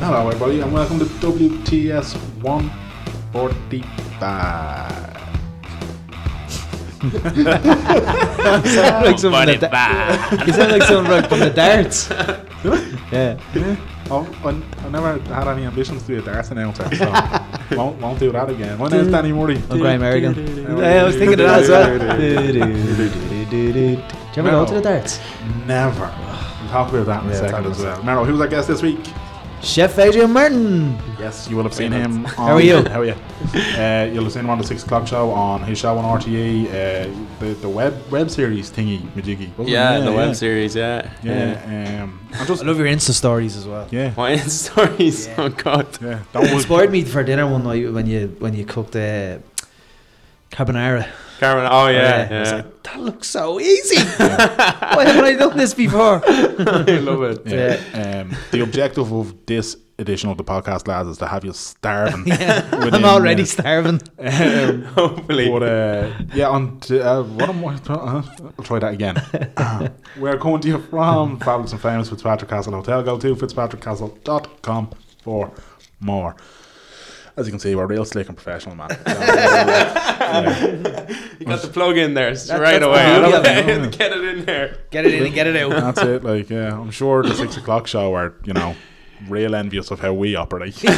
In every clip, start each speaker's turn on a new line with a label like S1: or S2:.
S1: Hello, everybody, and welcome to WTS 145.
S2: sound like someone
S3: Funny
S2: that-
S3: bad.
S2: You sound like someone right from the darts. yeah.
S1: Oh, I, I never had any ambitions to be a darts announcer, so won't, won't do that again. My name's Danny Murray.
S2: Oh, Graham Merrigan.
S1: do,
S2: Yeah, I was
S1: do,
S2: thinking
S1: do,
S2: of that as
S1: do,
S2: well.
S1: do, do,
S2: Do, do, do, do, do. Do you ever go
S1: Well.
S2: to the darts?
S1: Never. We'll talk about that in a
S2: Yeah,
S1: second
S2: talk
S1: as well.
S2: about
S1: Mero, who's our guest this week?
S2: Chef Adrian Martin.
S1: Yes, you will have seen him. On,
S2: How are you?
S1: How are you? Uh, you'll have seen him on the six o'clock show on his show on RTE, uh, the the web web series thingy, majiggy. wasn't it?
S3: Yeah, the web series, yeah.
S1: Yeah, um, I'm
S2: I
S1: just
S2: love your Insta stories as well.
S1: yeah,
S3: My stories, oh god.
S1: yeah. That was
S2: Inspired me for dinner one night when you when you cooked uh, carbonara.
S3: Karen, oh yeah,
S2: I was
S3: yeah.
S2: like, that looks so easy. Why haven't I done this before?
S3: I love it.
S1: Yeah. Um, the objective of this edition of the podcast, lads, is to have you starving.
S2: I'm already starving.
S1: starving.
S3: Hopefully.
S1: but uh, yeah, on t- uh, what am I? try- uh, I'll try that again. Uh, we're coming to you from Fabulous and Famous Fitzpatrick Castle Hotel. Go to fitzpatrickcastle.com for more. As you can see, we're real slick and professional, man.
S3: you got the plug in there straight
S2: that's
S3: away.
S2: the
S1: beauty of it.
S3: Get it in there.
S2: Get it in and get it out.
S1: That's it. Like, yeah, I'm sure the six o'clock show are, you know, real envious of how we operate. uh,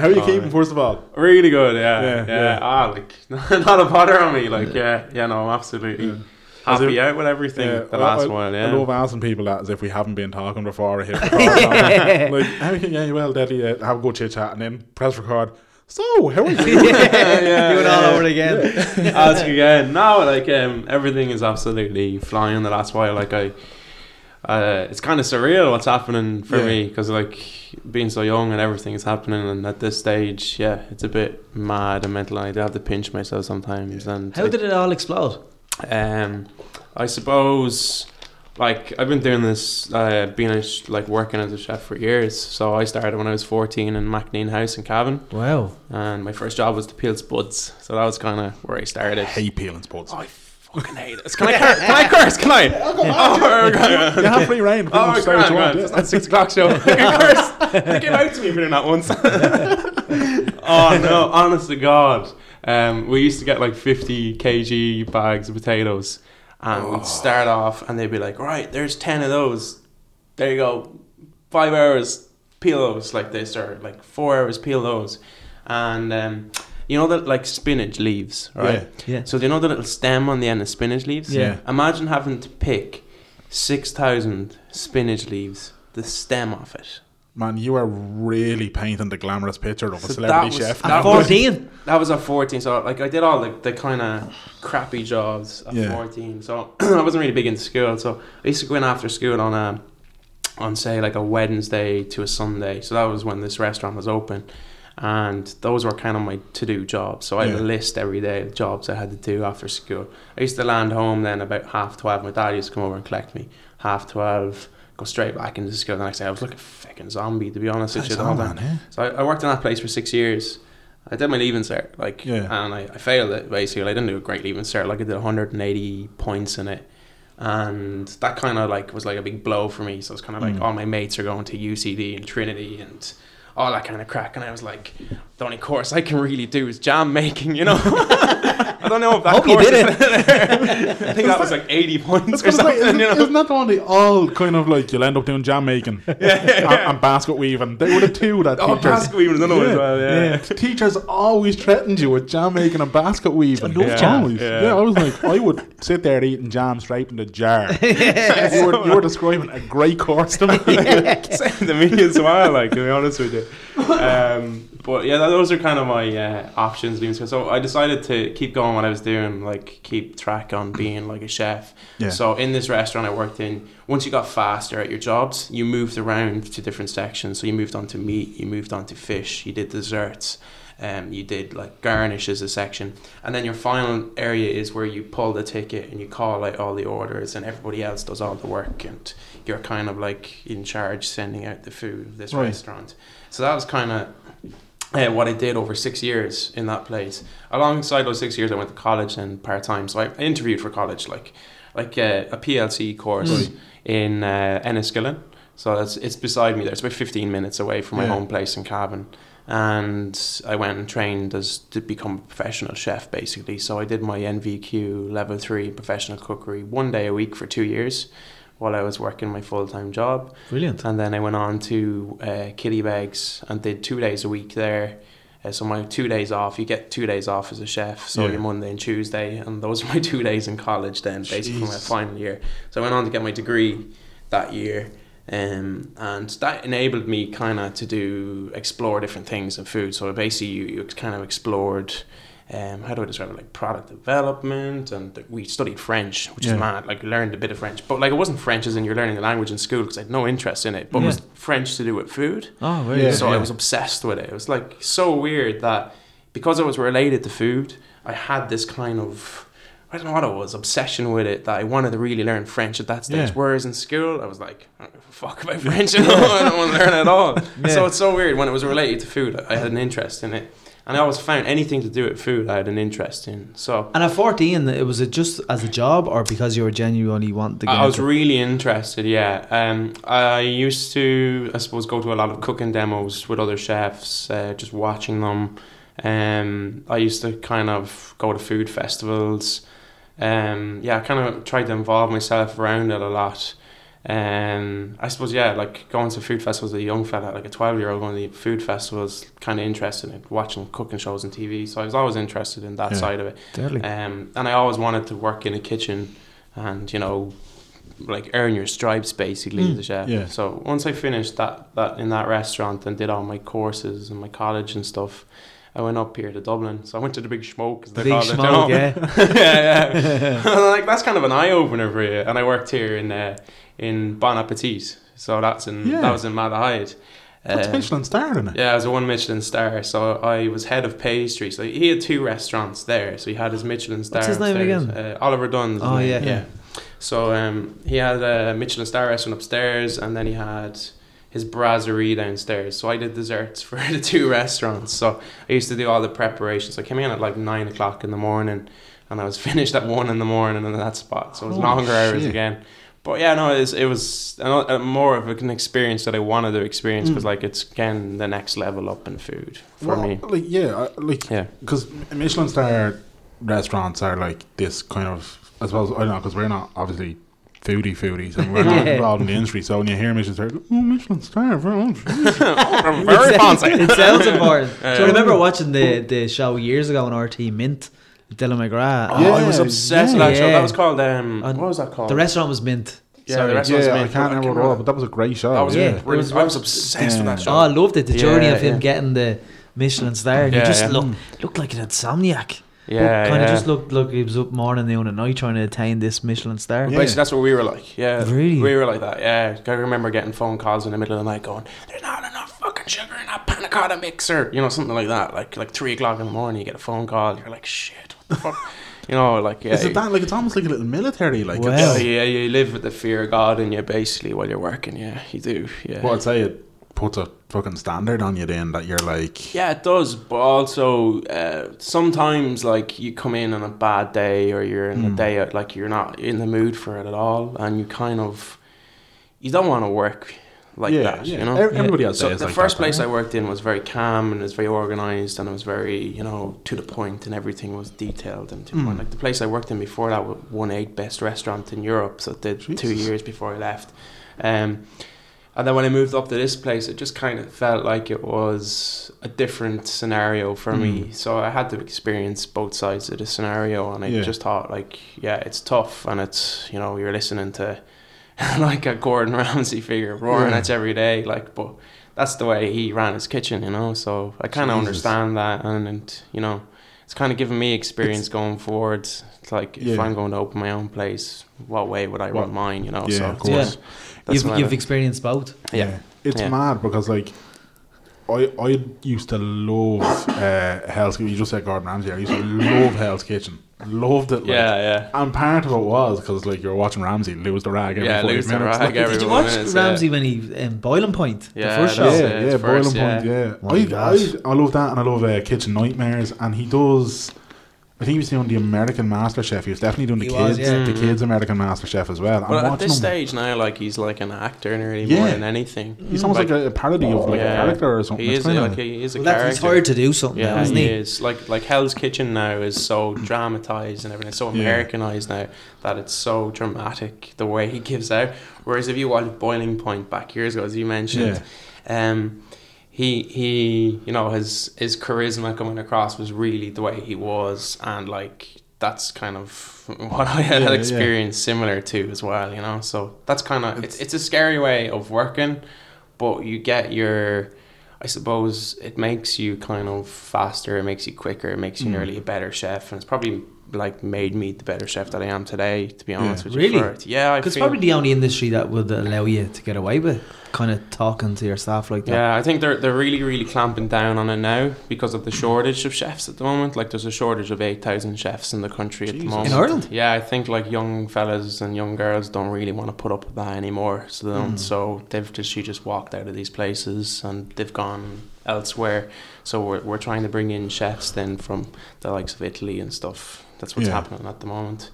S1: how are you keeping, first of all?
S3: Really good, yeah.
S1: Yeah,
S3: Yeah,
S1: yeah.
S3: Ah, like not a bother on me. Like, yeah, yeah, no, absolutely. Happy
S1: it-
S3: out with everything the
S1: Uh, I-
S3: last
S1: I,
S3: one,
S1: I love
S3: yeah.
S1: asking people that as if we haven't been talking before. I hit record. like, how can- yeah, you well, Daddy, uh, have a good chit chat, and then press record. So, how are you?
S2: Do it all
S3: yeah.
S2: over again.
S3: Ask again. No, like um, everything is absolutely flying the last while. Like I, uh, it's kind of surreal what's happening for
S1: Yeah.
S3: me 'cause me because like being so young and everything is happening, and at this stage, yeah, it's a bit mad and mental. I do have to pinch myself sometimes. And
S2: How
S3: I-
S2: did it all explode?
S3: um, I suppose, like I've been doing this, uh, being a sh- like working as a chef for years. So I started when I was fourteen in McNean House in Cavan,
S2: Wow.
S3: and my first job was to peel spuds. So that was kind of where I started.
S1: hey, peeling sports.
S3: Oh, I fucking hate it. Can I curse? Can I curse? Can I? Oh, God.
S1: You have free reign.
S3: Oh, my
S1: Say what you want,
S3: God.
S1: yeah.
S3: It's that six o'clock show. I can curse. They came out to me for doing that once. oh, no. Honest to God. Um, we used to get like 50 kg bags of potatoes. And we'd start off, and they'd be like, right, there's 10 of those. There you go. Five hours, peel those like this, or like four hours, peel those. And um, you know that like spinach leaves, right?
S2: Yeah. Yeah.
S3: So do you know the little stem on the end of spinach leaves?
S2: Yeah.
S3: Imagine having to pick six thousand spinach leaves, the stem off it.
S1: Man, you are really painting the glamorous picture of a
S3: So
S1: celebrity
S3: that was-
S1: chef.
S3: that
S2: At
S3: was-
S2: 14.
S3: That was at fourteen, so like I did all the, the kind of crappy jobs at
S1: Yeah.
S3: fourteen. So I wasn't really big in school. So I used to go in after school on a on say like a Wednesday to a Sunday. So that was when this restaurant was open. And those were kind of my to do jobs. So I had a
S1: Yeah.
S3: list every day of jobs I had to do after school. I used to land home then about half 12. My dad used to come over and collect me. Half 12, go straight back into school. The next day I was looking fucking zombie, to be honest with
S1: That's
S3: you. the
S1: all,
S3: whole time.
S1: man, eh?
S3: So I, I worked in that place for six years. I did my leaving cert, like,
S1: Yeah.
S3: and I, I failed it basically. I didn't do a great leaving cert. Like I did 180 points in it, and that kind of like was like a big blow for me. So it's kind of like all my mates are going to UCD and Trinity and all that kind of crack, and I was like, the only course I can really do is jam making, you know. I don't know if that
S2: Hope you
S3: course
S2: did
S3: is it. I think that was like 80 points or
S1: It's like,
S3: something,
S1: isn't,
S3: you know.
S1: isn't that the one they all kind of like you'll end up doing jam making And, and basket weaving? They were the two that
S3: Oh,
S1: teachers.
S3: basket weaving is another one as well, yeah.
S1: Teachers always threatened you with jam making and basket weaving.
S2: love jam.
S1: Always.
S3: Yeah.
S1: Yeah. I was like, I would sit there eating jam straight in the jar. you, were, you were describing a great course to me.
S3: same to me as well. Like to be honest with you, um, but yeah, tha- those are kind of my uh, options. leaving school. So I decided to keep going what I was doing, like keep track on being like a chef.
S1: Yeah.
S3: So in this restaurant I worked in, once you got faster at your jobs, you moved around to different sections. So you moved on to meat, you moved on to fish, you did desserts. Um, you did like garnish as a section, and then your final area is where you pull the ticket and you call out all the orders, and everybody else does all the work, and you're kind of like in charge sending out the food of this
S1: Right.
S3: restaurant. So that was kind of uh, what I did over six years in that place. Alongside those six years, I went to college and part time. So I I interviewed for college, like like uh, a PLC course in uh, Enniskillen. So that's it's beside me there. It's about 15 minutes away from my
S1: Yeah.
S3: home place in Cavan. And I went and trained as to become a professional chef, basically. So I did my NVQ level three professional cookery one day a week for two years, while I was working my full time job.
S2: Brilliant.
S3: And then I went on to uh, Killybegs and did two days a week there. Uh, so my two days off, you get two days off as a chef. So
S1: Yeah.
S3: your Monday and Tuesday, and those were my two days in college. Then basically my
S1: Jeez.
S3: final year. So I went on to get my degree that year, um, and that enabled me kind of to do explore different things in food. So basically, you, you kind of explored. Um, how do I describe it? Like product development, and th- we studied French, which
S1: Yeah.
S3: is mad. Like learned a bit of French, but like it wasn't French as in you're learning the language in school because I had no interest in it. But it was French to do with food,
S2: Oh, very
S1: Yeah.
S2: good.
S3: so I was obsessed with it. It was like so weird that because I was related to food, I had this kind of I don't know what it was obsession with it that I wanted to really learn French at that stage.
S1: Yeah.
S3: Whereas in school, I was like, I don't give a fuck about French at all. I don't want to learn it at all. So it's so weird when it was related to food, I had an interest in it. And I always found anything to do with food, I had an interest in. So
S2: And at 14, it was it just as a job or because you were genuinely wanting to get
S3: I was
S2: into-
S3: really interested, yeah. Um, I used to, I suppose, go to a lot of cooking demos with other chefs, uh, just watching them. Um, I used to kind of go to food festivals. Um, yeah, I kind of tried to involve myself around it a lot. Um, I suppose, yeah, like going to food festivals as a young fella, like a 12 year old going to the food festivals, kind of interested in watching cooking shows on TV. So I was always interested in that
S1: Yeah.
S3: side of it.
S2: Deadly.
S3: Um, and I always wanted to work in a kitchen and, you know, like earn your stripes basically as a chef.
S1: yeah.
S3: So once I finished that, that in that restaurant and did all my courses and my college and stuff, I went up here to Dublin. So I went to the Big Smoke. As
S2: The
S3: they
S2: big
S3: call it
S2: smoke, yeah.
S3: now. yeah, yeah. like that's kind of an eye opener for you. And I worked here in uh, in Bon Appetit. So that's in
S1: Yeah.
S3: that was in Malahide.
S1: That's
S3: Uh,
S1: Michelin star, isn't it?
S3: yeah, I was a one Michelin star, so I was head of pastry. So he had two restaurants there. So he had his Michelin star.
S2: What's his name
S3: upstairs.
S2: again?
S3: Uh, Oliver Dunn's. his
S2: Oh,
S3: name,
S2: yeah.
S3: yeah. So um, he had a Michelin star restaurant upstairs, and then he had his brasserie downstairs. So I did desserts for the two restaurants. So I used to do all the preparations. I came in at like nine o'clock in the morning, and I was finished at one in the morning in that spot. So it was
S1: Holy
S3: longer hours
S1: Oh, shit.
S3: again. But yeah, no, it was, it was ano- uh, more of an experience that I wanted to experience because, like, it's again the next level up in food for
S1: Mm. Well,
S3: me.
S1: Like, yeah, I- like,
S3: Yeah,
S1: because Michelin star restaurants are like this kind of, I suppose, I don't know, because we're not obviously foodie foodies and we're not
S2: Yeah.
S1: involved in the industry. So when you hear Michelin star, oh, Michelin star, very
S3: I'm very
S2: It sounds-
S3: fancy.
S2: It sounds important.
S3: Yeah.
S2: So I remember watching the, the show years ago on RT Mint, Dylan McGrath.
S3: Oh, I
S1: Yeah,
S3: was obsessed
S2: yeah.
S3: with that show.
S2: Yeah.
S3: That was called um,
S2: And
S3: what was that called?
S2: The restaurant was Mint.
S3: yeah,
S2: Sorry.
S3: the
S1: yeah,
S3: restaurant's
S1: I
S3: made-
S1: can't remember what, it was, but that was a great show.
S3: That was
S2: Yeah.
S3: yeah,
S2: It was-
S3: I was obsessed with that
S1: Yeah.
S3: show.
S2: Oh, I loved it. The journey
S3: Yeah,
S2: of him
S3: yeah.
S2: getting the Michelin star. And
S3: Yeah,
S2: he just
S3: yeah.
S2: looked, looked like an insomniac.
S3: yeah,
S2: Kind
S3: yeah.
S2: of just looked like he was up morning, noon, and night trying to attain this Michelin star.
S1: Yeah.
S3: Basically, that's what we were like. Yeah,
S2: Really?
S3: we were like that. Yeah, I remember getting phone calls in the middle of the night going, "There's not enough fucking sugar in that panna cotta mixer," you know, something like that. Like like three o'clock in the morning, you get a phone call, you're like, "Shit, what the fuck," you know, like yeah.
S1: Is it
S3: you-
S1: that like it's almost like a little military like
S2: Wow.
S1: it's-
S3: yeah, yeah, you live with the fear of God in you basically while you're working. Yeah, you do. Yeah.
S1: Well, I'd say it puts a fucking standard on you then that you're like,
S3: Yeah, it does. But also, uh, sometimes like you come in on a bad day, or you're
S1: Hmm.
S3: in a day out, like you're not in the mood for it at all, and you kind of you don't want to work like
S1: yeah,
S3: that,
S1: yeah.
S3: you know.
S1: Ev- Everybody else
S3: so
S1: is
S3: the
S1: like
S3: first
S1: that,
S3: place
S1: right?
S3: I worked in was very calm and it was very organized and it was very you know to the point and everything was detailed and to the
S1: Mm.
S3: point. like the place I worked in before that was one eight best restaurant in Europe so it did two
S1: Jesus.
S3: years before I left um, and then when I moved up to this place it just kind of felt like it was a different scenario for me
S1: Mm.
S3: so I had to experience both sides of the scenario and I
S1: Yeah.
S3: just thought like yeah it's tough and it's you know you're listening to like a Gordon Ramsay figure roaring
S1: Yeah.
S3: at you every day. Like, but that's the way he ran his kitchen, you know. So I kind of
S1: Jesus.
S3: understand that, and, and you know, it's kind of given me experience going forward. It's like if
S1: Yeah.
S3: I'm going to open my own place, what way would I
S1: What-
S3: run mine? You know.
S1: Yeah,
S3: so
S1: of
S3: it's kinda-
S2: course.
S3: that's
S2: you've
S3: my-
S2: you've experienced both.
S3: yeah.
S1: It's
S3: Yeah.
S1: mad because like I I used to love uh, Hell's Kitchen. You just said Gordon Ramsay. I used to love Hell's Kitchen. Loved it. Like.
S3: yeah, yeah.
S1: And part of it was because like you're watching Ramsay lose the rag every
S3: Yeah,
S1: 40
S3: lose the
S1: minutes.
S3: rag
S1: like,
S3: every-
S2: Did you
S3: Everyone
S2: watch
S3: is, yeah.
S2: Ramsey when he in Boiling Point?
S3: Yeah,
S2: the first
S3: that
S2: show.
S3: was
S1: yeah,
S3: it,
S1: yeah,
S3: it's
S1: boiling
S3: first,
S1: point. Yeah,
S2: Oh my
S1: I,
S2: God.
S1: I I love that, and I love uh, Kitchen Nightmares, and he does. I think he was doing the American Master Chef. He was definitely doing the
S2: He
S1: kids,
S2: was, yeah.
S1: the
S3: Mm.
S1: kids American Master Chef as well. I'm
S3: But at
S1: watching
S3: this
S1: him-
S3: stage now, like he's like an actor nearly more
S1: Yeah.
S3: than anything.
S1: he's almost like,
S3: like-
S1: a parody of like
S3: Yeah.
S1: a character or something.
S3: He
S1: It's
S3: is
S1: kinda-
S3: like he is a
S2: Well, that's, he's
S3: character.
S2: hired to do something, now,
S3: Yeah,
S2: isn't
S3: he
S2: he?
S3: is. Like like Hell's Kitchen now is so dramatized and everything. It's so
S1: Yeah.
S3: Americanized now that it's so dramatic the way he gives out. Whereas if you watch Boiling Point back years ago, as you mentioned, um, he he you know his his charisma coming across was really the way he was, and like that's kind of what I had
S1: Yeah, yeah.
S3: experienced similar to as well. You know, so that's kind of it's it's a scary way of working but you get your I suppose it makes you kind of faster, it makes you quicker, it makes you
S2: Hmm.
S3: nearly a better chef and it's probably like made me the better chef that I am today, to be honest with you.
S2: Really?
S3: for it. Yeah, I
S2: Because
S3: feel-
S2: probably the only industry that would allow you to get away with kind of talking to your staff like that.
S3: Yeah, I think they're they're really really clamping down on it now because of the shortage of chefs at the moment. Like there's a shortage of eight thousand chefs in the country at the
S1: Jesus.
S3: moment.
S2: In Ireland?
S3: Yeah, I think like young fellas and young girls don't really want to put up with that anymore. So they
S1: Mm.
S3: don't, so they've just she just walked out of these places and they've gone elsewhere. So we're we're trying to bring in chefs then from the likes of Italy and stuff. That's what's
S1: Yeah.
S3: happening at the moment.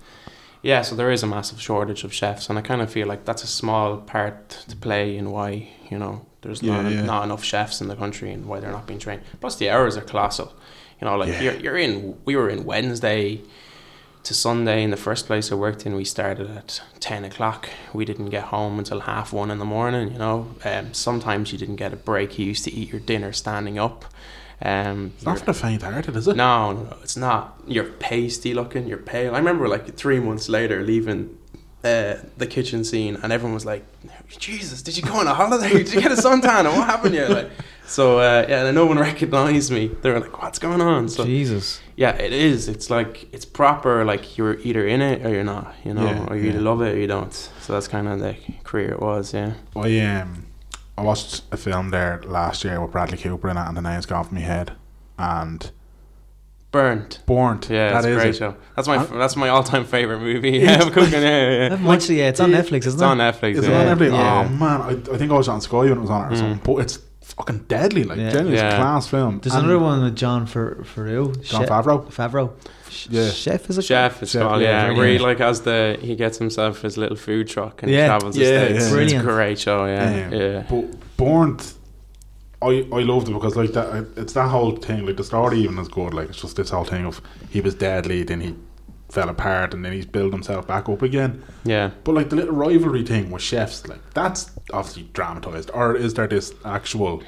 S3: Yeah, so there is a massive shortage of chefs, and I kind of feel like that's a small part to play in why you know there's
S1: Yeah,
S3: not,
S1: yeah.
S3: not enough chefs in the country and why they're not being trained. Plus, the hours are colossal. You know, like
S1: Yeah.
S3: you're, you're in. We were in Wednesday to Sunday in the first place I worked in. We started at ten o'clock. We didn't get home until half one in the morning. You know, um, sometimes you didn't get a break. You used to eat your dinner standing up. Um,
S1: it's not for the faint-hearted, is it?
S3: no, no, no, it's not. You're pasty looking. You're pale. I remember like three months later leaving uh, the kitchen scene, and everyone was like, "Jesus, did you go on a holiday? Did you get a suntan? And what happened here?" Like, so uh, yeah, and no one recognized me. They were like, "What's going on?" So
S2: Jesus.
S3: yeah, it is. It's like it's proper. Like you're either in it or you're not. You know,
S1: Yeah,
S3: or you
S1: yeah.
S3: love it or you don't. So that's kind of the career it was. Yeah.
S1: I um, I watched a film there last year with Bradley Cooper in it, and the name's gone from my head. And
S3: Burnt.
S1: Bornt,
S3: Yeah,
S1: that
S3: that's a
S1: is
S3: great
S1: it.
S3: show. That's my
S1: Huh?
S3: that's my all time favorite movie. Yeah, I'm cooking. Yeah, yeah.
S2: I've actually, yeah, it's on
S1: Yeah.
S2: Netflix, isn't
S3: It's
S2: it?
S3: on Netflix.
S1: Is it
S3: yeah.
S1: on every?
S2: Yeah.
S1: Oh man, I, I think I was on Sky when it was on it or
S3: Mm.
S1: something. But it's fucking deadly. Like
S2: Yeah.
S1: genuinely, it's a
S3: Yeah.
S1: class film.
S2: There's
S1: And
S2: another one with John Fer- Farrell.
S1: John
S2: Chef-
S1: Favreau.
S2: Favreau. Sh-
S1: Yeah.
S2: Chef, is it?
S3: Chef, it's
S1: Chef,
S3: called,
S1: yeah,
S3: yeah.
S1: very
S3: Where he
S1: nice.
S3: like has the he gets himself his little food truck and
S2: Yeah.
S3: travels the
S1: Yeah,
S3: states.
S1: yeah.
S2: Brilliant.
S3: It's a great show, yeah.
S1: Um,
S3: Yeah.
S1: But Bornt, I I loved it because like that, it's that whole thing. Like the story even is good. Like it's just this whole thing of he was deadly, then he fell apart, and then he's built himself back up again.
S3: Yeah.
S1: But like the little rivalry thing with chefs, like that's obviously dramatized. Or is there this actual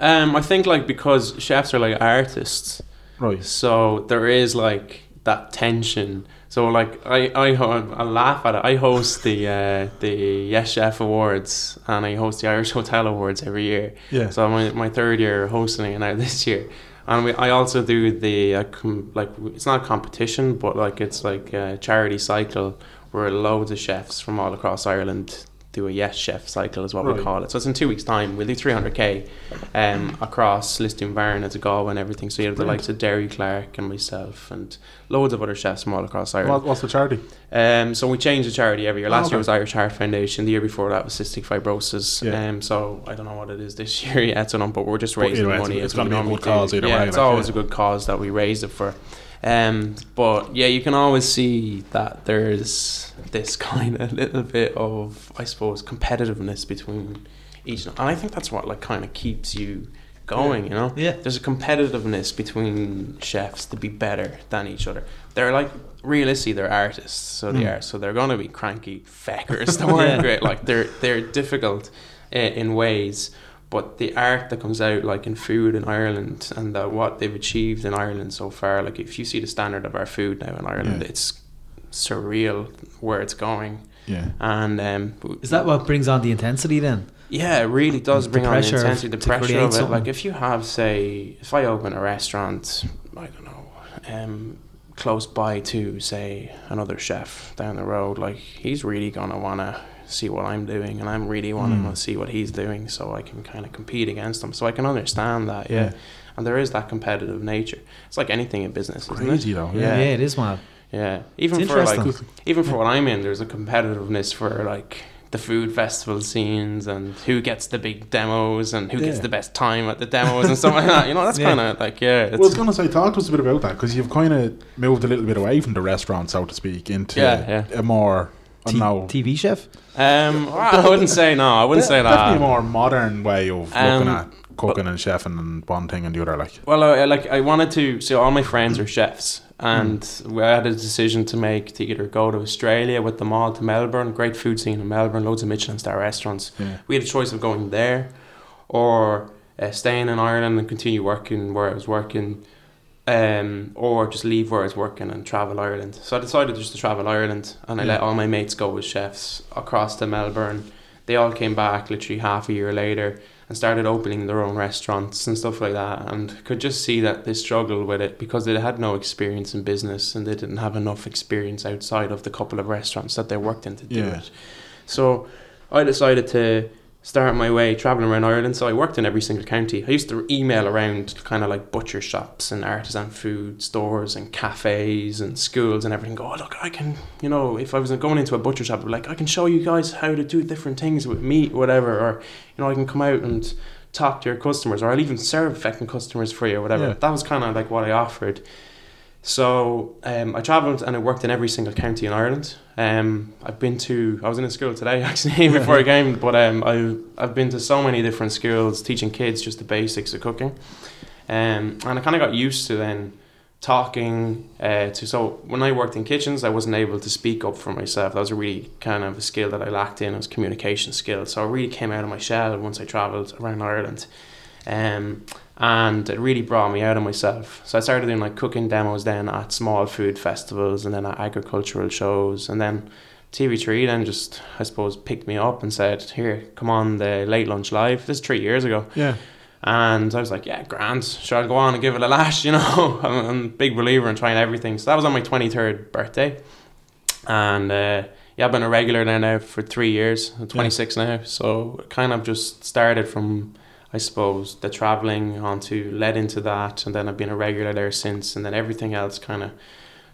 S3: Um I think like because chefs are like artists,
S1: right?
S3: so there is like that tension. So like I I, ho- I laugh at it. I host the uh, the Yes Chef Awards and I host the Irish Hotel Awards every year.
S1: Yeah.
S3: So my, my third year hosting it now this year, and we, I also do the uh, com- like it's not a competition, but like it's like a charity cycle where loads of chefs from all across Ireland do a Yes Chef cycle is what
S1: Right.
S3: we call it. So it's in two weeks' time. We'll do 300k um, across Liston, Barron, to Galway and everything. So you have the
S1: Brilliant.
S3: likes of Derry Clark and myself and loads of other chefs from all across Ireland.
S1: What, what's the charity?
S3: Um, so we change the charity every year.
S1: Oh,
S3: Last
S1: okay.
S3: year was Irish Heart Foundation. The year before that was Cystic Fibrosis.
S1: Yeah.
S3: Um, so I don't know what it is this year yet, so on, but we're just
S1: But
S3: raising
S1: either way,
S3: money.
S1: it's- it's
S3: as we
S1: gonna be a
S3: normally
S1: good cause
S3: do.
S1: either
S3: yeah,
S1: way,
S3: It's
S1: like,
S3: always
S1: yeah.
S3: a good cause that we raised it for. Um, but yeah, you can always see that there's this kind of little bit of, I suppose, competitiveness between each, and I think that's what like kind of keeps you going. You know,
S2: Yeah.
S3: there's a competitiveness between chefs to be better than each other. They're like realistically they're artists, so they
S1: Mm.
S3: are. So they're gonna be cranky feckers to work
S2: Hmm. Yeah.
S3: with. Like they're they're difficult uh, in ways, but the art that comes out like in food in Ireland and that what they've achieved in Ireland so far. Like if you see the standard of our food now in Ireland,
S1: Yeah.
S3: it's surreal where it's going.
S1: Yeah.
S3: And um,
S2: Is that what brings on the intensity then?
S3: yeah, it really does
S2: The
S3: bring on the
S2: pressure of-
S3: intensity, the
S2: to
S3: pressure
S2: create
S3: of it.
S2: something.
S3: Like if you have, say, if I open a restaurant, I don't know, um, close by to say another chef down the road, like he's really gonna wanna see what I'm doing, and I'm really
S1: Mm.
S3: wanna
S2: Hmm.
S3: wanna see what he's doing, so I can kind of compete against him. So I can understand that, yeah.
S1: Yeah.
S3: And there is that competitive nature. It's like anything in business, isn't it?
S1: Crazy though.
S2: Yeah,
S3: Oh, Yeah.
S2: it is mad.
S3: Yeah, even
S2: It's
S3: for like
S2: interesting.
S3: even for what I'm in, there's a competitiveness for like the food festival scenes and who gets the big demos and who gets
S2: Yeah.
S3: the best time at the demos and stuff like that. You know, that's
S2: Yeah.
S3: kind of like yeah, it's,
S1: well, I was going to say, talk to us a bit about that because you've kind of moved a little bit away from the restaurant, so to speak, into
S3: Yeah,
S1: a more, I
S2: T-
S1: don't know,
S2: TV chef.
S3: um, I wouldn't say no, I wouldn't say
S1: definitely a
S3: that.
S1: more modern way of
S3: Um,
S1: looking at cooking and chefing and one thing and the other. Like,
S3: Well, I, I like I wanted to. So all my friends are chefs, and
S2: Mm.
S3: we had a decision to make to either go to Australia with them all to Melbourne, great food scene in Melbourne, loads of Michelin star restaurants.
S1: yeah.
S3: We had a choice of going there or uh, staying in Ireland and continue working where I was working, um, or just leave where I was working and travel Ireland. So I decided just to travel Ireland, and I let all my mates go as chefs across to Melbourne. They all came back literally half a year later and started opening their own restaurants and stuff like that, and could just see that they struggled with it because they had no experience in business and they didn't have enough experience outside of the couple of restaurants that they worked in to do
S1: Yeah.
S3: it. So I decided to start my way traveling around Ireland. So I worked in every single county. I used to email around kind of like butcher shops and artisan food stores and cafes and schools and everything. Go, oh, look, I can, you know, if I was going into a butcher shop, I'd be like, I can show you guys how to do different things with meat, whatever. Or, you know, I can come out and talk to your customers or I'll even serve fucking customers for you or whatever.
S1: Yeah.
S3: That was kind of like what I offered. So um, I travelled and I worked in every single county in Ireland. Um, I've been to I was in a school today actually before I came, but um, I I've been to so many different schools teaching kids just the basics of cooking, um, and I kind of got used to then talking uh, to. So when I worked in kitchens, I wasn't able to speak up for myself. That was a really kind of a skill that I lacked in. It was communication skills. So I really came out of my shell once I travelled around Ireland. Um, and it really brought me out of myself. So I started doing like cooking demos then at small food festivals and then at agricultural shows and then TV3 then just I suppose picked me up and said, "Here, come on the late lunch live." This is three years ago,
S1: Yeah.
S3: and I was like, "Yeah, grand. Sure, I'll go on and give it a lash." You know, I'm, I'm a big believer in trying everything. So that was on my 23rd birthday, and uh, yeah, I've been a regular there now for three years. I'm 26 now, so it kind of just started from, I suppose, the traveling onto led into that, and then I've been a regular there since, and then everything else kind of.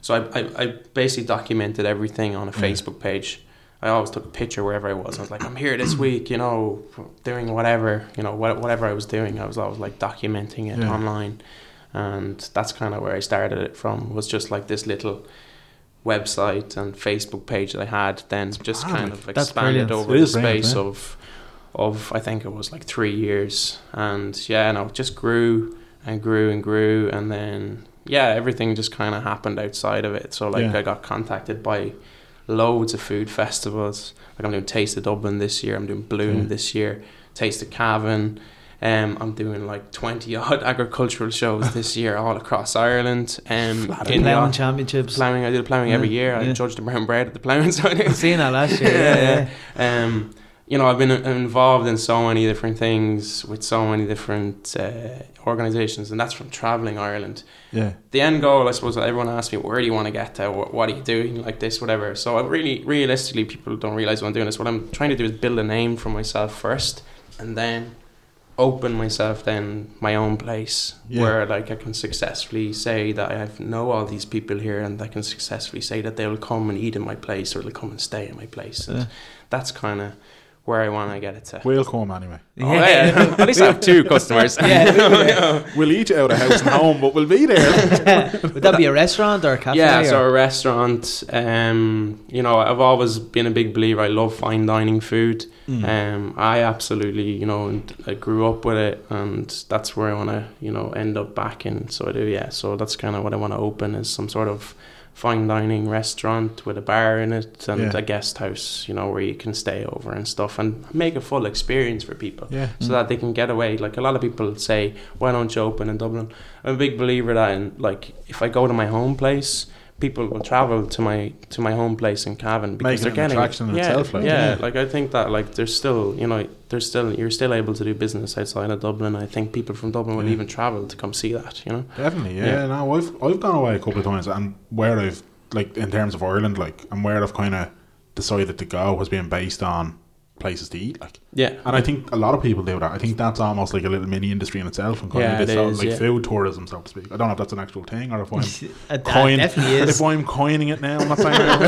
S3: So I, I, I basically documented everything on a
S1: Yeah.
S3: Facebook page. I always took a picture wherever I was. I was like, I'm here this week, you know, doing whatever, you know, what, whatever I was doing. I was always like documenting it
S1: Yeah.
S3: online, and that's kind of where I started it from. Was just like this little website and Facebook page that I had, then just
S1: mad,
S3: kind
S1: like,
S3: of
S2: that's
S3: expanded
S2: brilliant.
S3: over
S1: It
S3: the
S1: is brilliant,
S3: space
S1: yeah.
S3: of of I think it was like three years, and yeah, no, it just grew and grew and grew, and then yeah, everything just kind of happened outside of it. So like
S1: Yeah.
S3: I got contacted by loads of food festivals. Like I'm doing Taste of Dublin this year, I'm doing Bloom
S1: Yeah.
S3: this year, Taste of Cavan. Um, I'm doing like 20 odd agricultural shows this year all across Ireland. Um, in the
S2: Plowing championships.
S3: Ploughing, I do the ploughing every
S2: Yeah,
S3: year. I
S2: yeah.
S3: judge the brown bread at the ploughing. So it
S2: I've
S3: is.
S2: seen that last year. Yeah, yeah.
S3: Um, you know, I've been uh, involved in so many different things with so many different uh, organizations, and that's from traveling Ireland.
S1: Yeah.
S3: The end goal, I suppose, everyone asks me, where do you want to get to? What, what are you doing? Like this, whatever. So, I really, realistically, people don't realize what I'm doing. Is what I'm trying to do is build a name for myself first, and then open myself then my own place
S1: Yeah.
S3: where like I can successfully say that I have know all these people here and I can successfully say that they'll come and eat in my place or they'll come and stay in my place. And
S2: Yeah.
S3: that's kind of where I want to get it to.
S1: We'll come anyway.
S3: Oh, yeah. At least I have two customers.
S1: We'll eat you out of house and home, but we'll be there.
S2: Would that be a restaurant or a cafe?
S3: yeah,
S2: or?
S3: so a restaurant. Um, you know, I've always been a big believer. I love fine dining food.
S2: Mm.
S3: Um, I absolutely, you know, and I grew up with it, and that's where I want to, you know, end up back in. So I do, yeah. So that's kind of what I want to open is some sort of fine dining restaurant with a bar in it and
S1: Yeah.
S3: a guest house, you know, where you can stay over and stuff and make a full experience for people
S1: yeah.
S3: so that they can get away. Like a lot of people say, why don't you open in Dublin? I'm a big believer that in like if I go to my home place, people will travel to my to my home place in Cavan because
S1: Making
S3: they're
S1: an
S3: getting
S1: attraction in
S3: yeah,
S1: itself, like,
S3: yeah,
S1: yeah.
S3: like I think that like there's still you know there's still you're still able to do business outside of Dublin. I think people from Dublin will
S1: Yeah.
S3: even travel to come see that. You know.
S1: Definitely, yeah.
S3: Yeah.
S1: No, I've I've gone away a couple of times, and where I've like in terms of Ireland, like and where I've kind of decided to go has been based on places to eat. Like,
S3: Yeah.
S1: and I think a lot of people do that. I think that's almost like a little mini industry in itself, and kind
S3: Yeah,
S1: of
S3: it
S1: this out,
S3: is,
S1: like
S3: yeah.
S1: food tourism, so to speak. I don't know if that's an actual thing or if I'm
S2: It
S1: coin.
S2: definitely is.
S1: If I'm coining it now, I'm not saying it.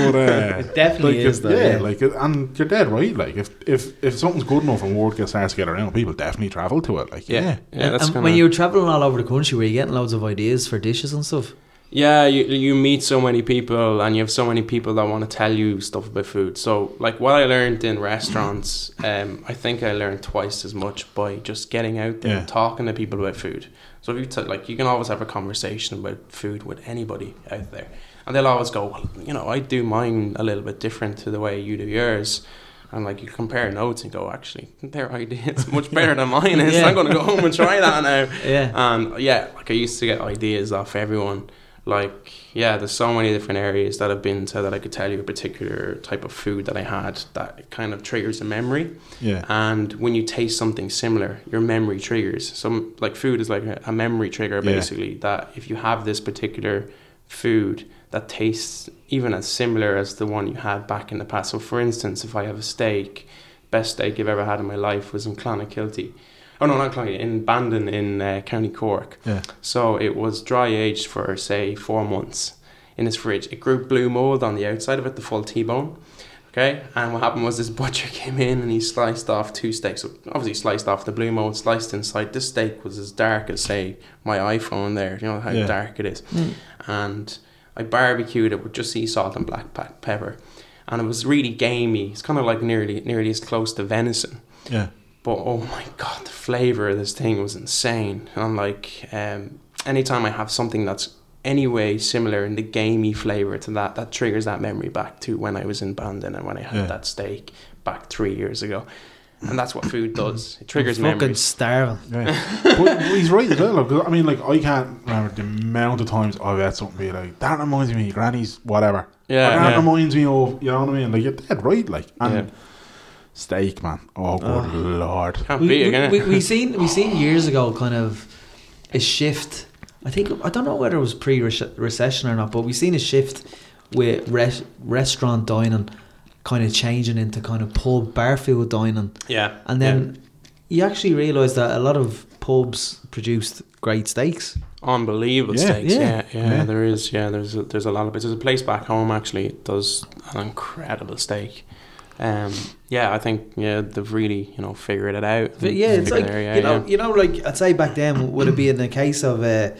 S1: but, uh,
S2: It definitely
S1: like,
S2: is,
S1: it-
S2: though.
S1: yeah,
S2: Yeah,
S1: like it- and you're dead right. Like if if if something's good enough and word gets starts to get around, people definitely travel to it. Like
S3: Yeah.
S1: yeah,
S3: Yeah, that's
S2: and
S3: kind
S2: when
S3: of.
S2: you're traveling all over the country, were you getting loads of ideas for dishes and stuff?
S3: Yeah, you, you meet so many people and you have so many people that want to tell you stuff about food. So, like what I learned in restaurants, um, I think I learned twice as much by just getting out there
S1: Yeah.
S3: and talking to people about food. So, if you t- like, you can always have a conversation about food with anybody out there, and they'll always go, well, you know, I do mine a little bit different to the way you do yours. And like you compare notes and go, actually, their idea is much better than mine is.
S2: Yeah.
S3: I'm gonna go home and try that now.
S2: Yeah.
S3: And Um, yeah, like I used to get ideas off everyone. Like, yeah, there's so many different areas that I've been to that I could tell you a particular type of food that I had that it kind of triggers a memory.
S1: yeah,
S3: And when you taste something similar, your memory triggers. Some like food is like a, a memory trigger
S1: Yeah.
S3: basically that if you have this particular food that tastes even as similar as the one you had back in the past. So for instance, if I have a steak, best steak I've ever had in my life was in Clonakilty. Oh no, not Clonakilty, in Bandon in uh, County Cork.
S1: yeah.
S3: So it was dry aged for say four months in his fridge. It grew blue mold on the outside of it, the full T-bone. Okay, and what happened was this butcher came in and he sliced off two steaks. So obviously sliced off the blue mold, sliced inside. This steak was as dark as say my iPhone. There, you know how
S1: Yeah.
S3: dark it is. And I barbecued it with just sea salt and black pe- pepper, and it was really gamey. It's kind of like nearly nearly as close to venison.
S1: yeah.
S3: But oh my god, the flavor of this thing was insane. And I'm like, um, anytime I have something that's anyway similar in the gamey flavor to that, that triggers that memory back to when I was in Bandon and when I had
S1: Yeah.
S3: that steak back three years ago. And that's what food does. It triggers
S2: I'm fucking
S3: memories.
S2: starving.
S1: Yeah. but he's right as well. like, 'cause I mean, like I can't remember the amount of times I've had something be like that reminds me, of Granny's whatever.
S3: Yeah,
S1: Or that
S3: yeah.
S1: reminds me of you know what I mean. Like you're dead right. Like and
S3: Yeah. Ah.
S1: steak, man. Oh, good lord.
S3: Can't
S2: we,
S3: beat it,
S2: we-
S3: can
S2: we,
S3: it?
S2: we seen we seen years ago kind of a shift. I think I don't know whether it was pre recession or not, but we seen a shift with res- restaurant dining kind of changing into kind of pub bar food dining,
S3: Yeah.
S2: and then you actually realise that a lot of pubs produced great steaks.
S3: yeah. unbelievable
S1: Yeah,
S3: steaks. Yeah
S1: yeah,
S3: yeah,
S1: yeah.
S3: there is. Yeah, there's a, there's a lot of it. There's a place back home actually it does an incredible steak. Um, yeah, I think yeah they've really you know figured it out.
S2: But yeah, it's like
S3: Figured it out, yeah,
S2: you know,
S3: yeah.
S2: you know, like I'd say back then, would it be in a case of uh,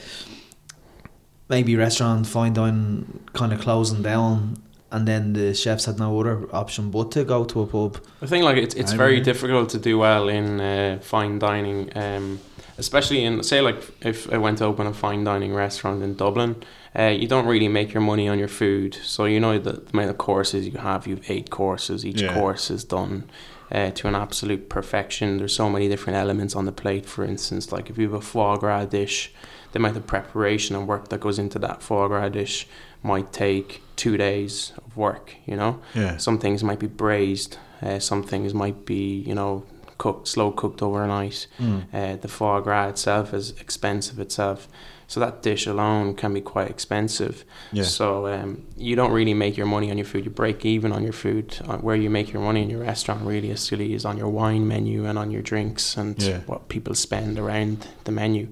S2: maybe restaurant fine dining kind of closing down, and then the chefs had no other option but to go to a pub.
S3: I think like it's it's
S1: I
S3: very
S1: agree.
S3: difficult to do well in uh, fine dining, um, especially in say like if I went to open a fine dining restaurant in Dublin, uh, you don't really make your money on your food. So you know the, the amount of courses you have. You have eight courses. Each
S1: Yeah.
S3: course is done uh, to an absolute perfection. There's so many different elements on the plate. For instance, like if you have a foie gras dish, the amount of preparation and work that goes into that foie gras dish might take two days of work. You know.
S1: Yeah.
S3: Some things might be braised. Uh, some things might be, you know, cooked, slow cooked overnight.
S1: Mm.
S3: Uh, the foie gras itself is expensive itself. So that dish alone can be quite expensive.
S1: Yeah.
S3: So um, you don't really make your money on your food. You break even on your food. Uh, Where you make your money in your restaurant really is silly is on your wine menu and on your drinks and
S1: Yeah.
S3: what people spend around the menu.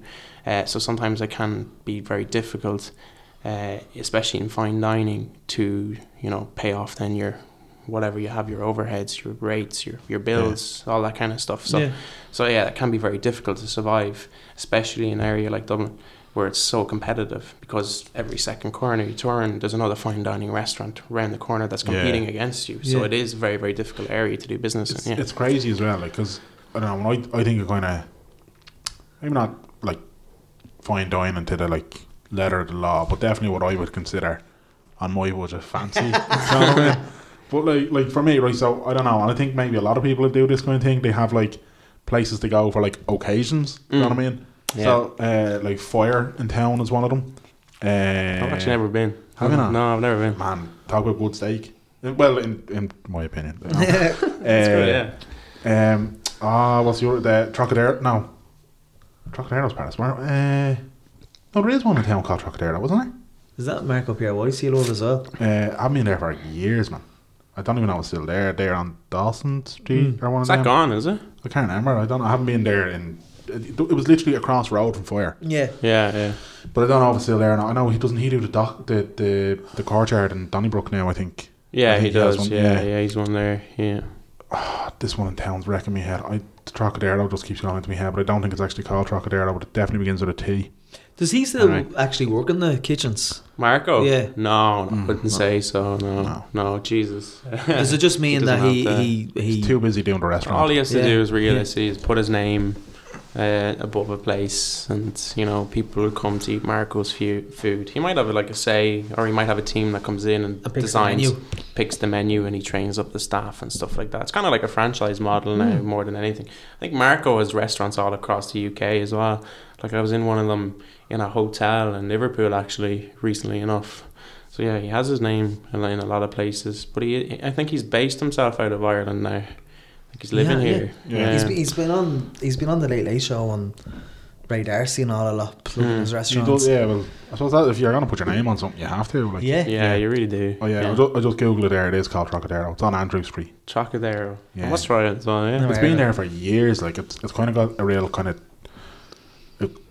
S3: Uh, so sometimes it can be very difficult, uh, especially in fine dining, to you know pay off then your whatever you have your overheads, your rates, your your bills, all that kind of stuff. So so yeah, it can be very difficult to survive, especially in an area like Dublin where it's so competitive because every second corner you turn, there's another fine dining restaurant around the corner that's
S1: Yeah.
S3: competing against you. So
S2: Yeah.
S3: it is a very, very difficult area to do business
S1: It's,
S3: in. Yeah.
S1: it's crazy as well, like because I don't know. When I I think you're going to maybe not like fine dining to the like letter of the law, but definitely what I would consider on my budget fancy. You know what I mean? But like like for me, right? So I don't know, and I think maybe a lot of people that do this kind of thing, they have like places to go for like occasions. You
S3: Mm.
S1: know what I mean? So uh, like fire in town is one of them. Uh,
S3: I've actually never been.
S1: Have you not?
S3: No, I've never been.
S1: Man, talk about good steak. Uh, Well, in in my opinion. you know.
S2: Yeah.
S3: That's
S1: Uh,
S3: good, yeah.
S1: um, ah, what's your the Trocadero? No, Trocadero's Paris. Where? Uh, no, there is one in town called Trocadero, wasn't Eh,
S2: Is that Marco Pierre White seal over as well?
S1: there? Uh, I've been there for years, man. I don't even know it's still there. They're on Dawson Street or one
S3: Hmm. Is
S1: of
S3: that
S1: them.
S3: gone, is it?
S1: I can't remember. I don't. I haven't been there in. It, it was literally across road from fire,
S2: Yeah.
S3: Yeah, yeah.
S1: but I don't know if it's still there. Or not. I know he doesn't. He do the dock, the the the courtyard in Donnybrook now. I think I
S3: Yeah,
S1: think
S3: he
S1: has
S3: does.
S1: one.
S3: Yeah, yeah, he's one there. Yeah.
S1: this one in town's wrecking my head. I the Trocadero just keeps going into my head, but I don't think it's actually called Trocadero. But it definitely begins with a T.
S2: Does he still
S3: Alright.
S2: actually work in the kitchens?
S3: Marco?
S2: Yeah.
S3: No, I
S1: Mm,
S3: wouldn't
S1: no.
S3: say so. No,
S1: No.
S3: no, Jesus.
S2: Does it just mean that
S3: Uh, doesn't
S2: he
S3: have
S2: he he?
S1: He's too busy doing the
S3: All
S1: restaurant.
S3: he has to
S2: Yeah.
S3: do is really
S2: Yeah.
S3: see is put his name uh, above a place, and you know people will come to eat Marco's fu- food. He might have like a say, or he might have a team that comes in and
S2: a picture
S3: designs,
S2: menu?
S3: picks the menu, and he trains up the staff and stuff like that. It's kind of like a franchise model now,
S2: Hmm.
S3: more than anything. I think Marco has restaurants all across the UK as well. Like I was in one of them in a hotel in Liverpool actually recently enough. So yeah, he has his name in a lot of places, but he I think he's based himself out of Ireland now. I think he's living
S2: Yeah, yeah.
S3: here.
S1: Yeah.
S2: He's been, he's been on he's been on the Late Late Show on Ray Darcy and all a lot plugging
S3: Mm.
S2: his
S1: He
S2: restaurants.
S1: does, yeah, well, I suppose that if you're gonna put your name on something, you have to. Like,
S2: yeah.
S3: yeah, you really do.
S1: Oh yeah, I, just, I just googled it. There, it is called Trocadero. It's on Andrew Street.
S3: Trocadero.
S1: Yeah.
S3: I must try it as well, yeah.
S2: No.
S1: It's
S2: Where-
S1: been there for years. Like it's, it's kind of got a real kind of